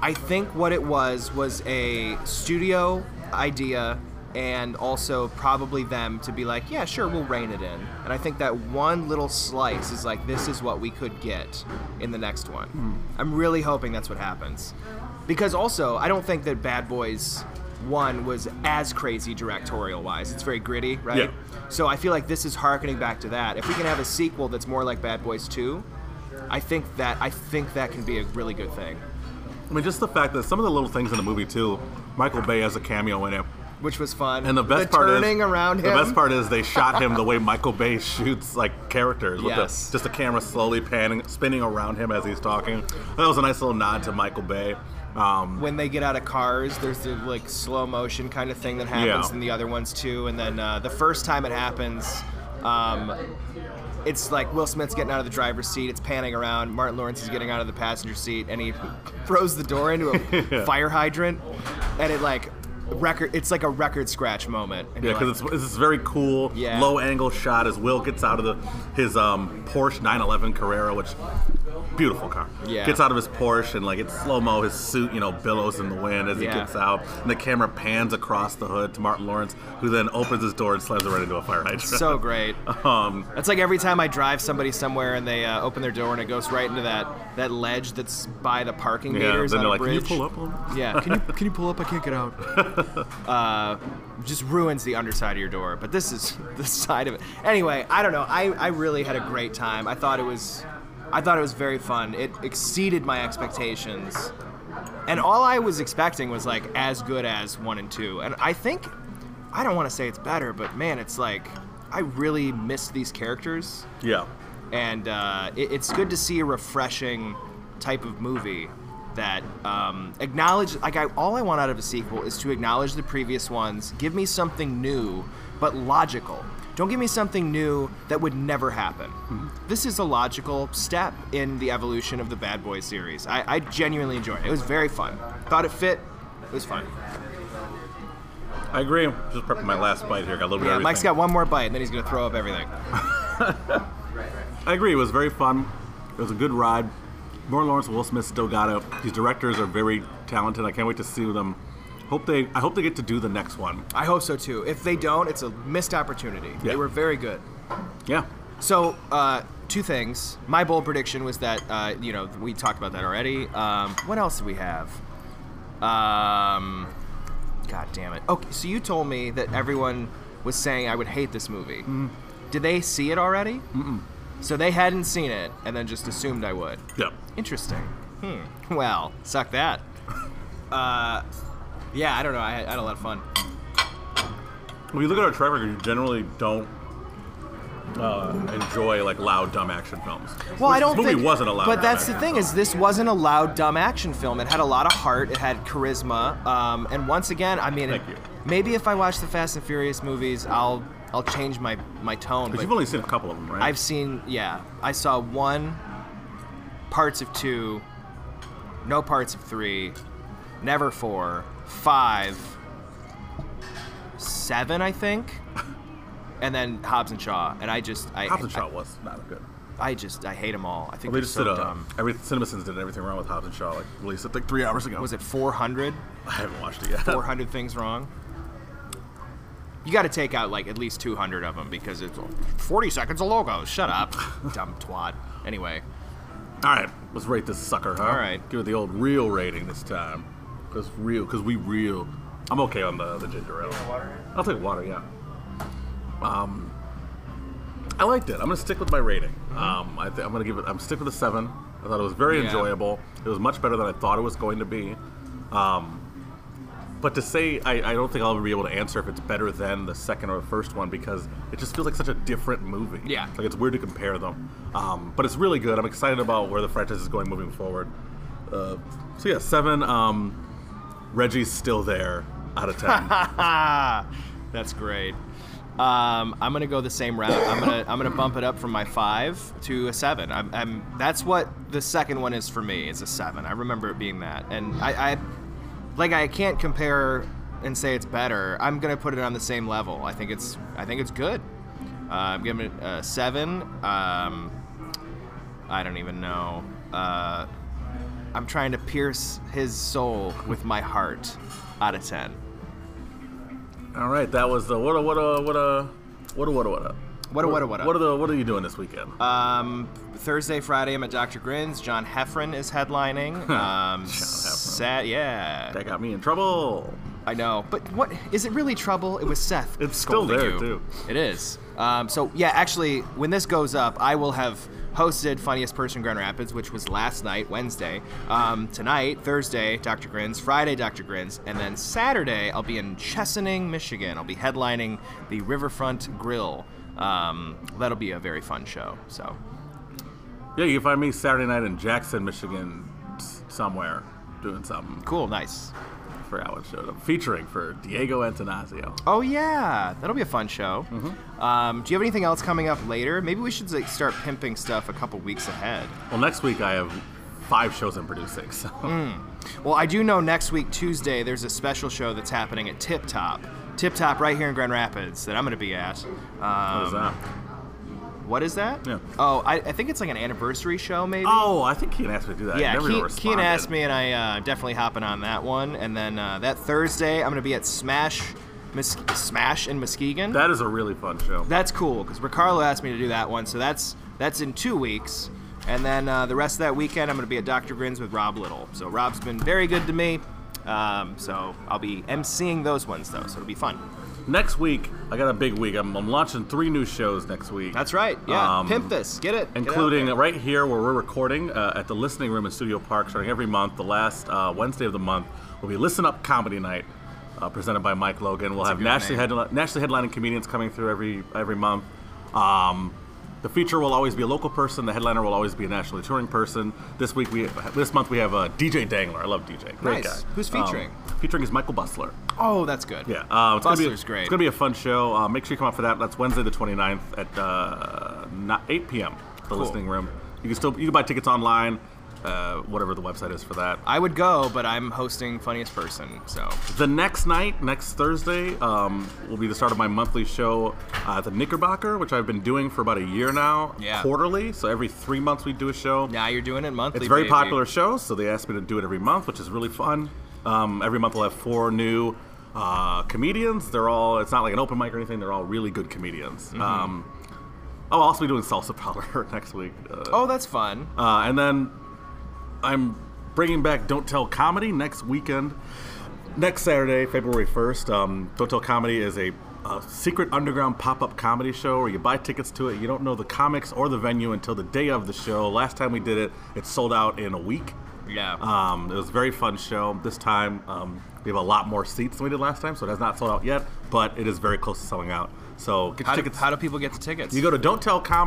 B: I think what it was was a studio idea. And also probably them to be like, yeah, sure, we'll rein it in. And I think that one little slice is like, this is what we could get in the next one. I'm really hoping that's what happens. Because also, I don't think that Bad Boys One was as crazy directorial wise. It's very gritty, right?
A: Yeah.
B: So I feel like this is harkening back to that. If we can have a sequel that's more like Bad Boys Two, I think that I think that can be a really good thing.
A: I mean, just the fact that some of the little things in the movie too. Michael Bay has a cameo in it,
B: Which was fun.
A: and the best part
B: turning
A: is
B: around him.
A: The best part is they shot him the way Michael Bay shoots like characters, with
B: Yes.
A: the, just the camera slowly panning, spinning around him as he's talking. That was a nice little nod to Michael Bay. Um,
B: when they get out of cars, there's the like slow motion kind of thing that happens
A: Yeah.
B: in the other ones too. And then uh, the first time it happens, um, it's like Will Smith's getting out of the driver's seat. It's panning around. Martin Lawrence is getting out of the passenger seat, and he throws the door into a fire hydrant, and it like record. It's like a record scratch moment. And
A: Yeah,
B: you're like,
A: because it's, it's this very cool
B: Yeah.
A: low angle shot as Will gets out of the his um, Porsche 911 Carrera, which beautiful car.
B: Yeah.
A: Gets out of his Porsche and like it's slow mo. His suit, you know, billows in the wind as
B: Yeah.
A: he gets out, and the camera pans across the hood to Martin Lawrence, who then opens his door and slams it right into a fire hydrant.
B: so great.
A: um,
B: That's like every time I drive somebody somewhere and they uh, open their door and it goes right into that, that ledge that's by the parking
A: yeah.
B: meters
A: then
B: on
A: they're
B: a
A: like,
B: bridge.
A: "Can you pull up?" a little?"
B: Yeah, can you can you pull up? I can't get out. Uh, just ruins the underside of your door. But this is the side of it. Anyway, I don't know. I, I really had a great time. I thought it was, I thought it was very fun. It exceeded my expectations, and all I was expecting was like as good as one and two. And I think, I don't want to say it's better, but man, it's like I really missed these characters
A: Yeah.
B: and uh, it, it's good to see a refreshing type of movie that um, acknowledge like I, all I want out of a sequel is to acknowledge the previous ones, give me something new, but logical. Don't give me something new that would never happen. This is a logical step in the evolution of the Bad Boys series. I, I genuinely enjoyed it. It was very fun. Thought it fit. It was fun.
A: I agree. Just prepping my last bite here. Got a little bit.
B: Yeah,
A: of
B: Mike's
A: everything.
B: got one more bite, and then he's gonna throw up everything.
A: I agree. It was very fun. It was a good ride. Martin Lawrence, Will Smith still got it. These directors are very talented. I can't wait to see them. Hope they. I hope they get to do the next one.
B: I hope so too. If they don't, it's a missed opportunity. They
A: Yeah.
B: were very good.
A: Yeah.
B: So, uh, two things. My bold prediction was that, uh, you know, we talked about that already. Um, what else do we have? Um, God damn it. Okay, so you told me that everyone was saying I would hate this movie. Did they see it already? Mm-mm. So they hadn't seen it and then just assumed I would.
A: Yeah.
B: Interesting. Hmm. Well, suck that. uh, yeah, I don't know. I had, I had a lot of fun.
A: When you look at our track record, you generally don't uh, enjoy like loud, dumb action films.
B: Well, I
A: This
B: don't
A: movie
B: think.
A: wasn't allowed.
B: But that's the thing is, this wasn't a loud, dumb action film. It had a lot of heart. It had charisma. Um, and once again, I mean,
A: Thank you.
B: maybe if I watch the Fast and Furious movies, I'll I'll change my my tone.
A: Because
B: But
A: you've only seen a couple of them, right?
B: I've seen, yeah, I saw one, parts of two, no parts of three, never four, five, seven, I think, and then Hobbs and Shaw. And I just, I,
A: Hobbs and Shaw was not good.
B: I, I just, I hate them all. I think
A: They
B: they're
A: just
B: so
A: did a,
B: dumb.
A: every CinemaSins did everything wrong with Hobbs and Shaw. Like released it like three hours ago.
B: was it 400
A: I haven't watched it yet.
B: 400 things wrong you got to take out like at least 200 of them because it's 40 seconds of logo shut up dumb twat anyway
A: All right, Let's rate this sucker, huh?
B: All right.
A: Give it the old real rating this time. Because real, because we real. I'm okay on the, the ginger ale. I'll take water, yeah. Um, I liked it. I'm gonna stick with my rating. Um, I th- I'm gonna give it. I'm stick with a seven. I thought it was very
B: Yeah.
A: enjoyable. It was much better than I thought it was going to be. Um, but to say, I, I don't think I'll ever be able to answer if it's better than the second or the first one because it just feels like such a different movie.
B: Yeah.
A: Like it's weird to compare them. Um, but it's really good. I'm excited about where the franchise is going moving forward. Uh, so yeah, seven. Um, Reggie's still there out of 10.
B: Ah, that's great. Um, I'm gonna go the same route. I'm gonna I'm gonna bump it up from my five to a seven. I'm, I'm that's what the second one is for me. Is a seven. I remember it being that, and I, I like I can't compare and say it's better. I'm gonna put it on the same level. I think it's I think it's good. Uh, I'm giving it a seven. Um, I don't even know. Uh, I'm trying to pierce his soul with my heart. Out of ten.
A: All right, that was the what a what a what a what a what a what a
B: What a- what a- what a.
A: what are the what are you doing this weekend?
B: Um, Thursday, Friday, I'm at Dr. Grin's. John Heffron is headlining. Um, Sat, yeah,
A: that got me in trouble.
B: I know. But what is it really trouble? It was Seth.
A: It's still
B: scolding
A: there,
B: you.
A: too.
B: It is. Um, so yeah, actually, when this goes up, I will have hosted Funniest Person Grand Rapids, which was last night, Wednesday. Um, tonight, Thursday, Dr. Grins. Friday, Dr. Grins, and then Saturday, I'll be in Chesaning, Michigan. I'll be headlining the Riverfront Grill. Um, that'll be a very fun show. So
A: Yeah, you can find me Saturday night in Jackson, Michigan, s- somewhere doing something.
B: cool, nice.
A: for Alan showed up, featuring for Diego Antanasio.
B: Oh yeah, that'll be a fun show.
A: Mm-hmm.
B: Um, do you have anything else coming up later? Maybe we should like, start pimping stuff a couple weeks ahead.
A: Well, next week I have five shows I'm producing, so
B: Hmm. Well, I do know next week Tuesday there's a special show that's happening at Tip Top, Tip Top right here in Grand Rapids that I'm going to be at. Um,
A: what is that?
B: what is that?
A: Oh. Yeah.
B: Oh, I, I think it's like an anniversary show maybe.
A: Oh, I think Keen asked me to do that. I
B: Yeah,
A: never
B: Ke-
A: responded.
B: Keen asked me, and I uh, definitely hopping on that one. And then uh, that Thursday, I'm gonna be at Smash, Mus- Smash in Muskegon.
A: That is a really fun show.
B: That's cool because Ricardo asked me to do that one, so that's that's in two weeks. And then uh, the rest of that weekend, I'm going to be at Dr. Grin's with Rob Little. So Rob's been very good to me. Um, so I'll be emceeing those ones though, so it'll be fun.
A: Next week, I got a big week. I'm, I'm launching three new shows next week.
B: That's right. Yeah,
A: Um,
B: pimp this, get it, Get it out
A: including
B: there.
A: right here where we're recording uh, at the Listening Room in Studio Park, starting every month. The last uh, Wednesday of the month will be Listen Up Comedy Night, uh, presented by Mike Logan. We'll have
B: good
A: nationally,
B: name.
A: headli- nationally headlining comedians coming through every every month. Um, the feature will always be a local person. The headliner will always be a nationally touring person. This week we this month we have uh, DJ Dangler. I love DJ. Great
B: Nice.
A: guy.
B: Who's
A: Um,
B: featuring?
A: featuring is Michael Bustler.
B: oh, that's good.
A: Yeah, uh, it's gonna
B: Bustler's
A: be,
B: great.
A: It's gonna be a fun show. Uh, make sure you come out for that. That's Wednesday the 29th at uh, ni- 8 p.m. The listening room. You can still you can buy tickets online, uh, whatever the website is for that.
B: I would go, but I'm hosting funniest person, so
A: The next night, next Thursday, um, will be the start of my monthly show uh, at the Knickerbocker, which I've been doing for about a year now,
B: Yeah.
A: quarterly. So every three months we do a show.
B: now you're doing it monthly.
A: It's a very
B: baby.
A: popular show, so they asked me to do it every month, which is really fun. Um, every month we'll have four new uh, comedians. They're all, it's not like an open mic or anything, they're all really good comedians.
B: Mm-hmm.
A: Um, oh, I'll also be doing Salsa Powder next week. Uh,
B: Oh, that's fun.
A: uh, and then I'm bringing back Don't Tell Comedy next weekend. Next Saturday, February 1st, um, Don't Tell Comedy is a, a secret underground pop up comedy show where you buy tickets to it. You don't know the comics or the venue until the day of the show. Last time we did it, it sold out in a week.
B: yeah.
A: Um, it was a very fun show. This time, um, we have a lot more seats than we did last time, so it has not sold out yet, but it is very close to selling out. So get your
B: how, do,
A: tickets.
B: how do people get the tickets?
A: You go to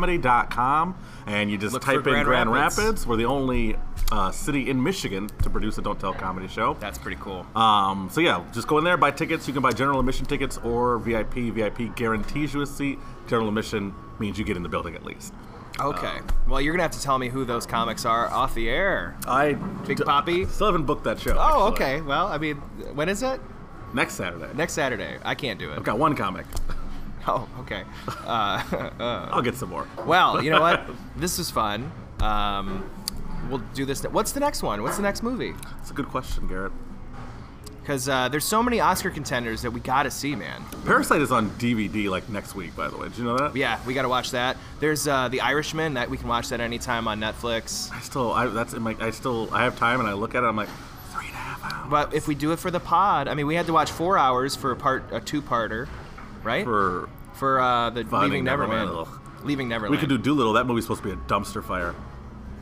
A: don'ttellcomedy.com and you just
B: Look
A: type
B: for
A: in
B: Grand
A: Grand,
B: Rapids.
A: Rapids. We're the only uh, city in Michigan to produce a Don't Tell Comedy show.
B: that's pretty cool.
A: Um, so yeah, just go in there, buy tickets. You can buy general admission tickets or VIP. VIP guarantees you a seat. General admission means you get in the building at least.
B: okay. well, you're gonna have to tell me who those comics are off the air.
A: I
B: Big
A: d-
B: Poppy.
A: still haven't booked that show.
B: Oh,
A: actually.
B: okay. Well, I mean, when is it?
A: Next Saturday.
B: Next Saturday. I can't do it.
A: I've got one comic.
B: Oh, okay. Uh,
A: I'll get some more.
B: well, you know what? This is fun. Um, we'll do this. What's the next one? What's the next movie?
A: It's a good question, Garrett.
B: because uh, there's so many Oscar contenders that we gotta see, man.
A: Parasite is on DVD like next week, by the way. Did you know that?
B: Yeah, we gotta watch that. There's uh, The Irishman that we can watch that anytime on Netflix.
A: I still, I, that's in my, I still, I have time and I look at it. I'm like, three and a half hours
B: But if we do it for the pod, I mean, we had to watch four hours for a part, a two-parter, right?
A: for.
B: for uh, the
A: Finding
B: Leaving Neverland.
A: Neverland. Ugh.
B: Leaving Neverland.
A: We could do Doolittle. That movie's supposed to be a dumpster fire.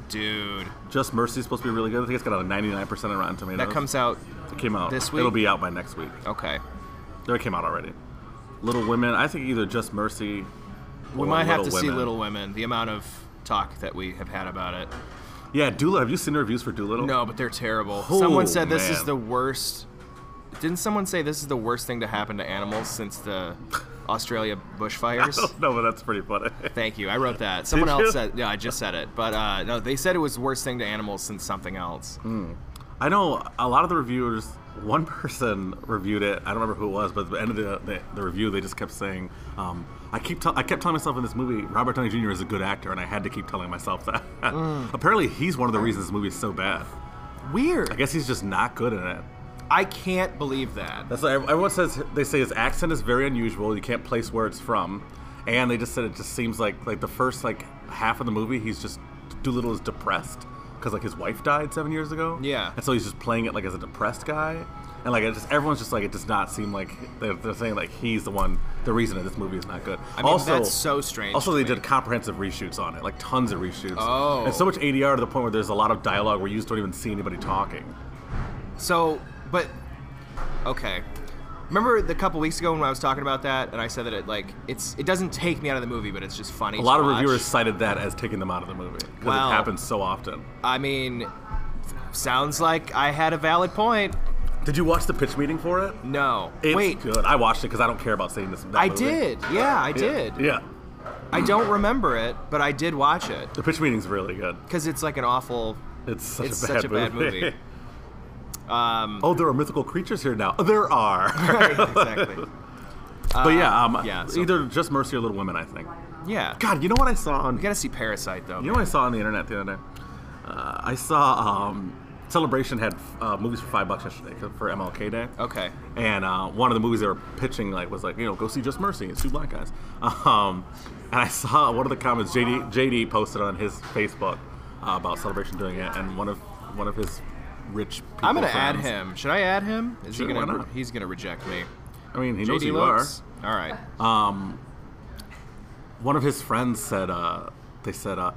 B: dude.
A: Just Mercy's supposed to be really good. I think it's got a 99% on Rotten Tomatoes.
B: That comes out.
A: It came out
B: this week? Oh.
A: It'll be out by next week.
B: Okay.
A: Or it came out already. Little Women. I think either Just Mercy.
B: We might have to see Little Women. The amount of talk that we have had about it.
A: Yeah, Doolittle. Have you seen the reviews for Doolittle?
B: No, but they're terrible.
A: Oh,
B: someone said this is
A: man.
B: the worst. Didn't someone say this is the worst thing to happen to animals since the Australia bushfires?
A: no, but that's pretty funny.
B: Thank you. I wrote that. Someone
A: you?
B: else said. Yeah, I just said it. But uh, no, they said it was the worst thing to animals since something else.
A: Hmm. I know a lot of the reviewers. One person reviewed it. I don't remember who it was, but at the end of the, the, the review, they just kept saying, um, "I keep tell I kept telling myself in this movie, Robert Downey Jr. is a good actor, and I had to keep telling myself that." Apparently, he's one of the reasons this movie is so bad.
B: Weird.
A: I guess he's just not good in it.
B: I can't believe that.
A: That's what everyone says. They say his accent is very unusual. You can't place where it's from, and they just said it just seems like like the first like half of the movie, he's just Doolittle is depressed because like his wife died seven years ago.
B: Yeah.
A: and so he's just playing it like as a depressed guy, and like it just everyone's just like it does not seem like they're, they're saying like he's the one the reason that this movie is not good.
B: I mean, that's so strange
A: Also,
B: to
A: they
B: me.
A: did comprehensive reshoots on it, like tons of reshoots.
B: Oh.
A: and so much ADR to the point where there's a lot of dialogue where you just don't even see anybody talking.
B: So, but okay. Remember the couple weeks ago when I was talking about that, and I said that it like it's it doesn't take me out of the movie, but it's just funny.
A: A lot
B: to
A: of
B: watch.
A: reviewers cited that as taking them out of the movie because
B: Wow.
A: it happens so often.
B: I mean, sounds like I had a valid point.
A: Did you watch the pitch meeting for it?
B: No,
A: It's
B: wait,
A: good. I watched it because I don't care about seeing this. that
B: I
A: movie.
B: did. Yeah, I
A: Yeah.
B: did.
A: Yeah,
B: I don't remember it, but I did watch it
A: the pitch meeting's really good.
B: because it's like an awful.
A: It's such
B: It's
A: a
B: such
A: bad
B: a
A: movie.
B: bad movie. Um,
A: oh, there are mythical creatures here now. There are.
B: exactly.
A: but yeah, um,
B: Uh, yeah, so-
A: either just Mercy or Little Women, I think.
B: Yeah.
A: God, you know what I saw on
B: You gotta see Parasite though.
A: You know what I saw on the internet the other day? Uh, I saw um, Celebration had uh, movies for five bucks yesterday for MLK Day.
B: Okay.
A: And uh, one of the movies they were pitching like was like, you know, go see Just Mercy. It's two black guys. Um, and I saw one of the comments JD JD posted on his Facebook uh, about Celebration doing it, and one of one of his rich. people
B: I'm gonna add
A: friends-
B: him. Should I add him? Is
A: Sure,
B: he gonna?
A: why not?
B: He's gonna reject me.
A: I mean, he knows who
B: JD
A: you
B: Lopes?
A: are.
B: All right.
A: One of his friends said, uh, they said, uh,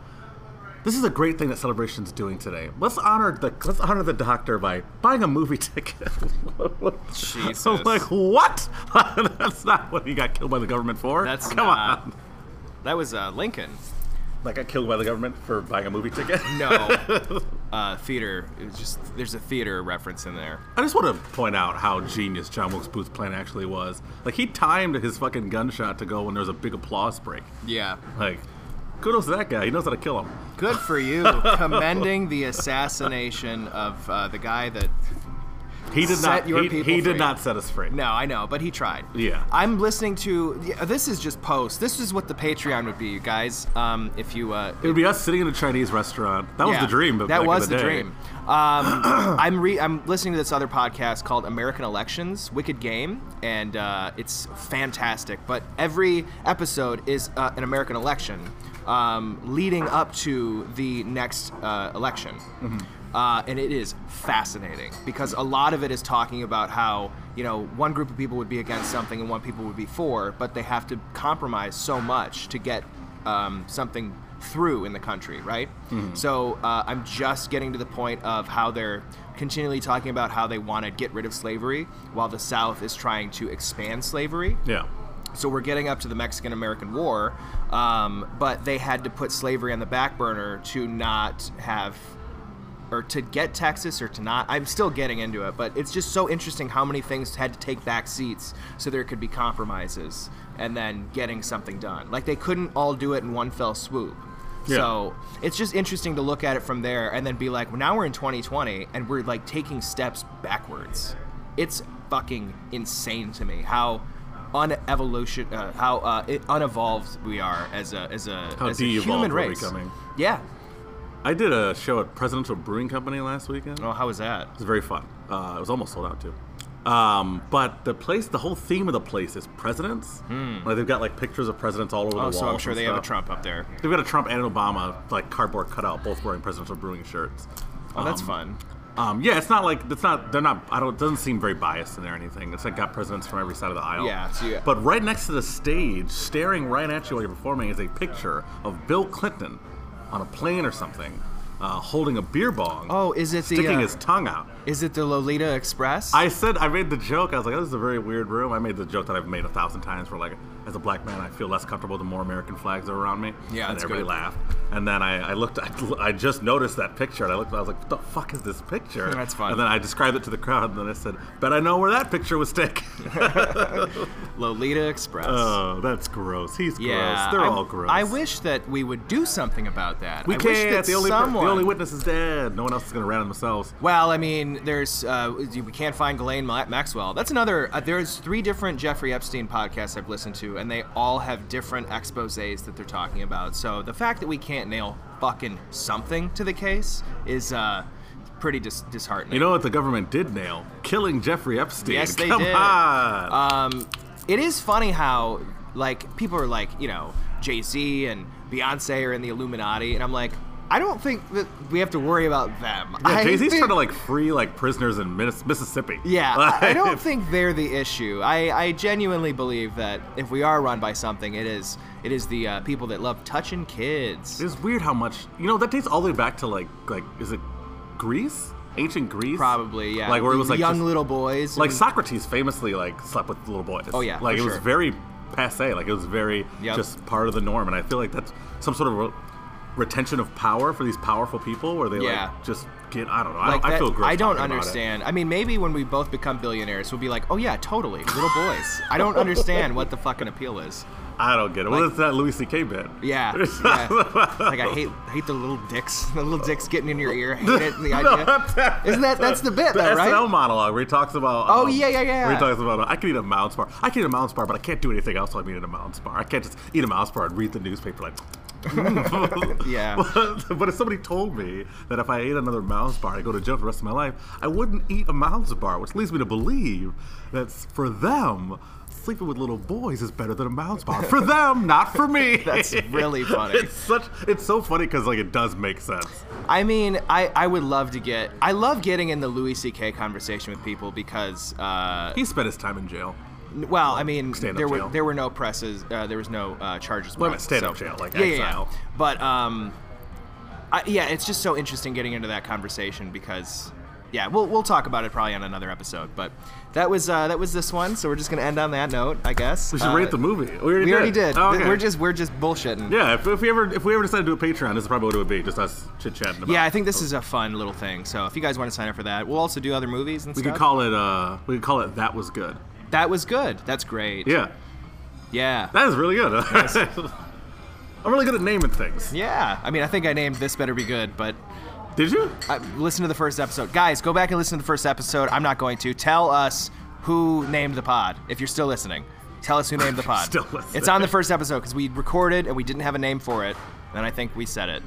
A: this is a great thing that celebration's doing today. Let's honor the let's honor the doctor by buying a movie ticket.
B: Jesus.
A: I'm like, what? That's not what he got killed by the government for.
B: That's
A: come
B: not-
A: on.
B: That was uh, Lincoln.
A: Like got killed by the government for buying a movie ticket.
B: No, uh, theater. It was just there's a theater reference in there.
A: I just want to point out how genius John Wilkes Booth's plan actually was. Like he timed his fucking gunshot to go when there was a big applause break.
B: Yeah.
A: Like, kudos to that guy. He knows how to kill him.
B: Good for you, commending the assassination of uh, the guy that.
A: He did
B: Set
A: not.
B: your
A: he
B: people
A: he did
B: free.
A: not set us free.
B: No, I know, but he tried.
A: Yeah.
B: I'm listening to. yeah, This is just post. This is what the Patreon would be, you guys. Um, if you. Uh,
A: It would be us sitting in a Chinese restaurant. That was
B: yeah,
A: the dream. Of
B: That
A: back
B: was
A: in
B: the,
A: the, day.
B: dream. Um, I'm re- I'm listening to this other podcast called American Elections, Wicked Game, and uh, it's fantastic. But every episode is uh, an American election, um, leading up to the next uh, election,
A: Mm-hmm.
B: uh, and it is fascinating because a lot of it is talking about how you know one group of people would be against something and one people would be for, but they have to compromise so much to get um, something through in the country, right? So uh, I'm just getting to the point of how they're continually talking about how they want to get rid of slavery while the South is trying to expand slavery.
A: Yeah.
B: So we're getting up to the Mexican American War, um, but they had to put slavery on the back burner to not have. Or to get Texas or to not. I'm still getting into it, but it's just so interesting how many things had to take back seats so there could be compromises and then getting something done. Like they couldn't all do it in one fell swoop.
A: Yeah.
B: So it's just interesting to look at it from there and then be like, well, now we're in 2020 and we're like taking steps backwards. It's fucking insane to me how unevolution, uh, how uh, it, unevolved we are as a as a
A: How
B: as a
A: de-evolved
B: human
A: we're
B: race.
A: becoming.
B: Yeah.
A: I did a show at Presidential Brewing Company last weekend.
B: Oh, how was that?
A: It was very fun. Uh, it was almost sold out too. Um, but the place, the whole theme of the place is presidents. Like they've got like pictures of presidents all over the
B: Hmm. Oh,
A: wall.
B: so I'm sure they have a Trump up there.
A: They've got a Trump and an Obama like cardboard cutout, both wearing presidential brewing shirts.
B: Oh, that's
A: Um,
B: fun.
A: Um, yeah, it's not like it's not. They're not. I don't. It doesn't seem very biased in there or anything. It's like got presidents from every side of the aisle.
B: Yeah, so you-
A: But right next to the stage, staring right at you while you're performing, is a picture of Bill Clinton on a plane or something, uh, holding a beer bong.
B: Oh, is it the
A: sticking
B: uh,
A: his tongue out.
B: is it the Lolita Express?
A: I said I made the joke. I was like, "Oh, "This is a very weird room." I made the joke that I've made a thousand times. Where like, as a black man, I feel less comfortable the more American flags are around me.
B: Yeah,
A: and
B: that's
A: everybody
B: good.
A: laughed. And then I, I looked. I, I just noticed that picture, and I looked. I was like, "What the fuck is this picture?"
B: That's fun.
A: And then I described it to the crowd, and then I said, "Bet I know where that picture was taken."
B: Lolita Express.
A: oh, that's gross. He's
B: yeah,
A: gross. They're
B: I-
A: all gross.
B: I wish that we would do something about that.
A: we
B: I
A: can't.
B: Wish that
A: the only per-
B: someone,
A: the only witness is dead. No one else is gonna rat on themselves.
B: Well, I mean, there's uh, we can't find Ghislaine Ma- Maxwell. That's another. Uh, there's three different Jeffrey Epstein podcasts I've listened to, and they all have different exposés that they're talking about. So the fact that we can't nail fucking something to the case is uh, pretty dis- disheartening.
A: You know what the government did nail? Killing Jeffrey Epstein.
B: Yes, they
A: Come
B: did.
A: on.
B: Um, it is funny how like people are like you know Jay Z and Beyonce are in the Illuminati, and I'm like, I don't think that we have to worry about them.
A: Yeah,
B: I
A: Jay Z's
B: think-
A: trying to like free like prisoners in Minnes- Mississippi.
B: Yeah, I- I don't
A: Like,
B: think they're the issue. I, I genuinely believe that if we are run by something, it is it is the uh, people that love touching kids.
A: It's weird how much you know that dates all the way back to like like is it Greece? Ancient Greece?
B: Probably, yeah.
A: Like where it was like
B: young
A: just-
B: little boys.
A: like
B: and-
A: Socrates famously like slept with little boys.
B: Oh, yeah,
A: Like
B: for
A: it was
B: sure.
A: very passe. Like it was very
B: Yep.
A: just part of the norm, and I feel like that's some sort of re- retention of power for these powerful people where they
B: Yeah.
A: like just get I don't know. I,
B: like
A: don't, I
B: that-
A: feel gross.
B: I don't
A: talking about it.
B: understand. I mean, maybe when we both become billionaires, we'll be like, oh yeah, totally, little boys. I don't understand what the fucking appeal is.
A: I don't get it. Well,
B: Like-
A: it's that Louis C.K. bit.
B: Yeah, yeah. like I hate hate the little dicks, the little dicks getting in your ear. I hate it. The idea. Isn't that that's the bit
A: the
B: though, right?
A: SNL monologue where he talks about. um,
B: Oh, yeah, yeah, yeah.
A: Where he talks about I can eat a mounds bar. I can eat a mounds bar, but I can't do anything else while I'm eating a mounds bar. I can't just eat a mounds bar and read the newspaper like. mm.
B: Yeah.
A: But, but if somebody told me that if I ate another mounds bar, I go to jail for the rest of my life, I wouldn't eat a mounds bar, which leads me to believe that for them. Sleeping with little boys is better than a mounds bar for them, not for me.
B: That's really funny.
A: It's such. It's so funny because like it does make sense.
B: I mean, I, I would love to get. I love getting in the Louis C.K. conversation with people because, uh,
A: He spent his time in jail.
B: n- well, I mean,
A: Stand-up
B: there
A: jail.
B: were there were no presses, uh, there was no uh, charges.
A: Well, I meant
B: pressed,
A: stand-up jail, like
B: yeah, yeah, yeah.
A: exile.
B: But um, I, yeah, it's just so interesting getting into that conversation because, yeah, we'll we'll talk about it probably on another episode. But that was uh, that was this one, so we're just gonna end on that note, I guess.
A: We should
B: Uh,
A: rate the movie. We already
B: We
A: did.
B: already did.
A: Oh,
B: Th-
A: okay.
B: We're just we're just bullshitting.
A: yeah. If, if we ever if we ever decide to do a Patreon, this is probably what it would be. Just us chit chatting about.
B: Yeah, I
A: it.
B: think this is a fun little thing. So if you guys want to sign up for that, we'll also do other movies and
A: we
B: stuff.
A: could call it. uh We could call it. That was good.
B: that was good. That's great.
A: Yeah,
B: Yeah.
A: that is really good. I'm really good at naming things.
B: Yeah. I mean, I think I named this better be good, but
A: Did you?
B: I, uh, listen to the first episode. Guys, go back and listen to the first episode. I'm not going to. Tell us who named the pod if you're still listening. Tell us who named the pod.
A: Still listening.
B: It's on the first episode because we recorded and we didn't have a name for it. And I think we said it.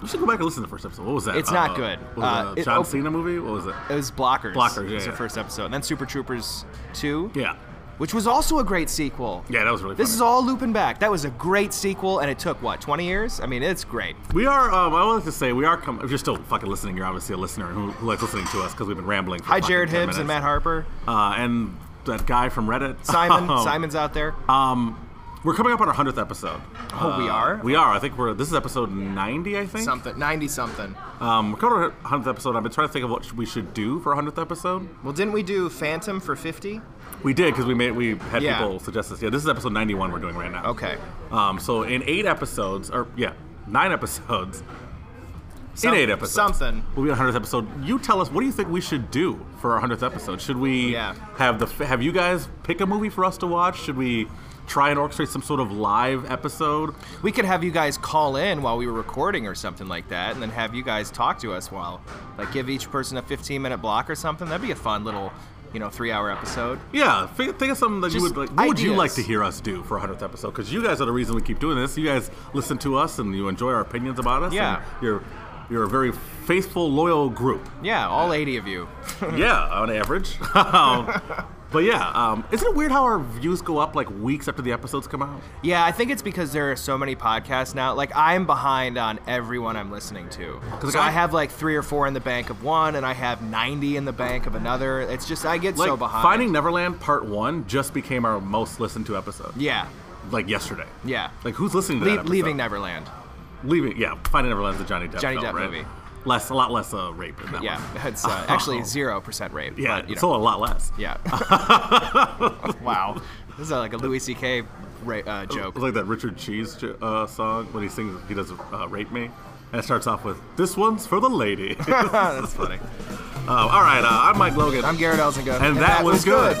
A: You should go back and listen to the first episode. What was that?
B: It's not good.
A: What was
B: Uh,
A: that?
B: it-
A: John
B: oh.
A: Cena movie? What was it?
B: It was Blockers.
A: Blockers,
B: It
A: yeah,
B: was the
A: yeah.
B: first episode. And then Super Troopers 2.
A: Yeah.
B: Which was also a great sequel.
A: Yeah, that was really.
B: This
A: funny.
B: is all looping back. That was a great sequel, and it took, what, 20 years? I mean, it's great.
A: We are. Um, I would like to say we are. Com- if you're still fucking listening, you're obviously a listener who, who likes listening to us because we've been rambling. For
B: Hi,
A: fucking
B: Jared
A: 10
B: Hibbs and
A: minutes.
B: Matt Harper.
A: Uh, and that guy from Reddit,
B: Simon.
A: Um,
B: Simon's out there.
A: Um, we're coming up on our hundredth episode. Uh,
B: Oh, we are?
A: We are. I think we're. This is episode ninety. I think.
B: something 90 something
A: Um, we're coming up on our hundredth episode. I've been trying to think of what we should do for our hundredth episode.
B: well didn't we do phantom for 50
A: We did because we made we had
B: Yeah.
A: people suggest this. Yeah, this is episode ninety-one. We're doing right now.
B: okay
A: Um, so in eight episodes, or yeah, nine episodes.
B: Some-
A: in eight episodes,
B: something.
A: We'll be on hundredth episode. You tell us what do you think we should do for our hundredth episode? Should we
B: Yeah.
A: have the have you guys pick a movie for us to watch? Should we try and orchestrate some sort of live episode?
B: we could have you guys call in while we were recording or something like that and then have you guys talk to us while like give each person a 15 minute block or something that'd be a fun little you know three hour episode
A: Yeah, think, think of something that you
B: Just
A: would like. What would you
B: ideas.
A: like to hear us do for a hundredth episode? Because you guys are the reason we keep doing this. You guys listen to us and you enjoy our opinions about us.
B: Yeah.
A: and you're We are a very faithful, loyal group.
B: Yeah, all 80 of you.
A: yeah, on average. Um, but yeah, um, isn't it weird how our views go up like weeks after the episodes come out?
B: Yeah, I think it's because there are so many podcasts now. Like I'm behind on everyone I'm listening to. Cuz
A: I-
B: I have like 3 or 4 in the bank of one and I have 90 in the bank of another. It's just I get
A: Like
B: so behind.
A: Finding Neverland Part One just became our most listened to episode.
B: Yeah.
A: like yesterday.
B: Yeah.
A: Like who's listening to
B: Le-
A: that episode?
B: leaving Neverland.
A: Leaving. Yeah, Finding Neverland's a Johnny Depp.
B: Johnny
A: film,
B: Depp
A: right?
B: movie.
A: Less, a lot less uh, rape in that
B: Yeah,
A: one.
B: it's uh, actually 0% rape.
A: Oh. Yeah,
B: but, you know.
A: so a lot less.
B: Yeah. wow. This is uh, like a Louis C.K. Ra- uh, joke.
A: It's like that Richard Cheese jo- uh, song when he sings, he does uh, "Rape Me," and it starts off with "This one's for the lady."
B: That's funny.
A: Um, all right, uh, I'm Mike Logan,
B: I'm Garrett Elzinga.
A: and, that, was good.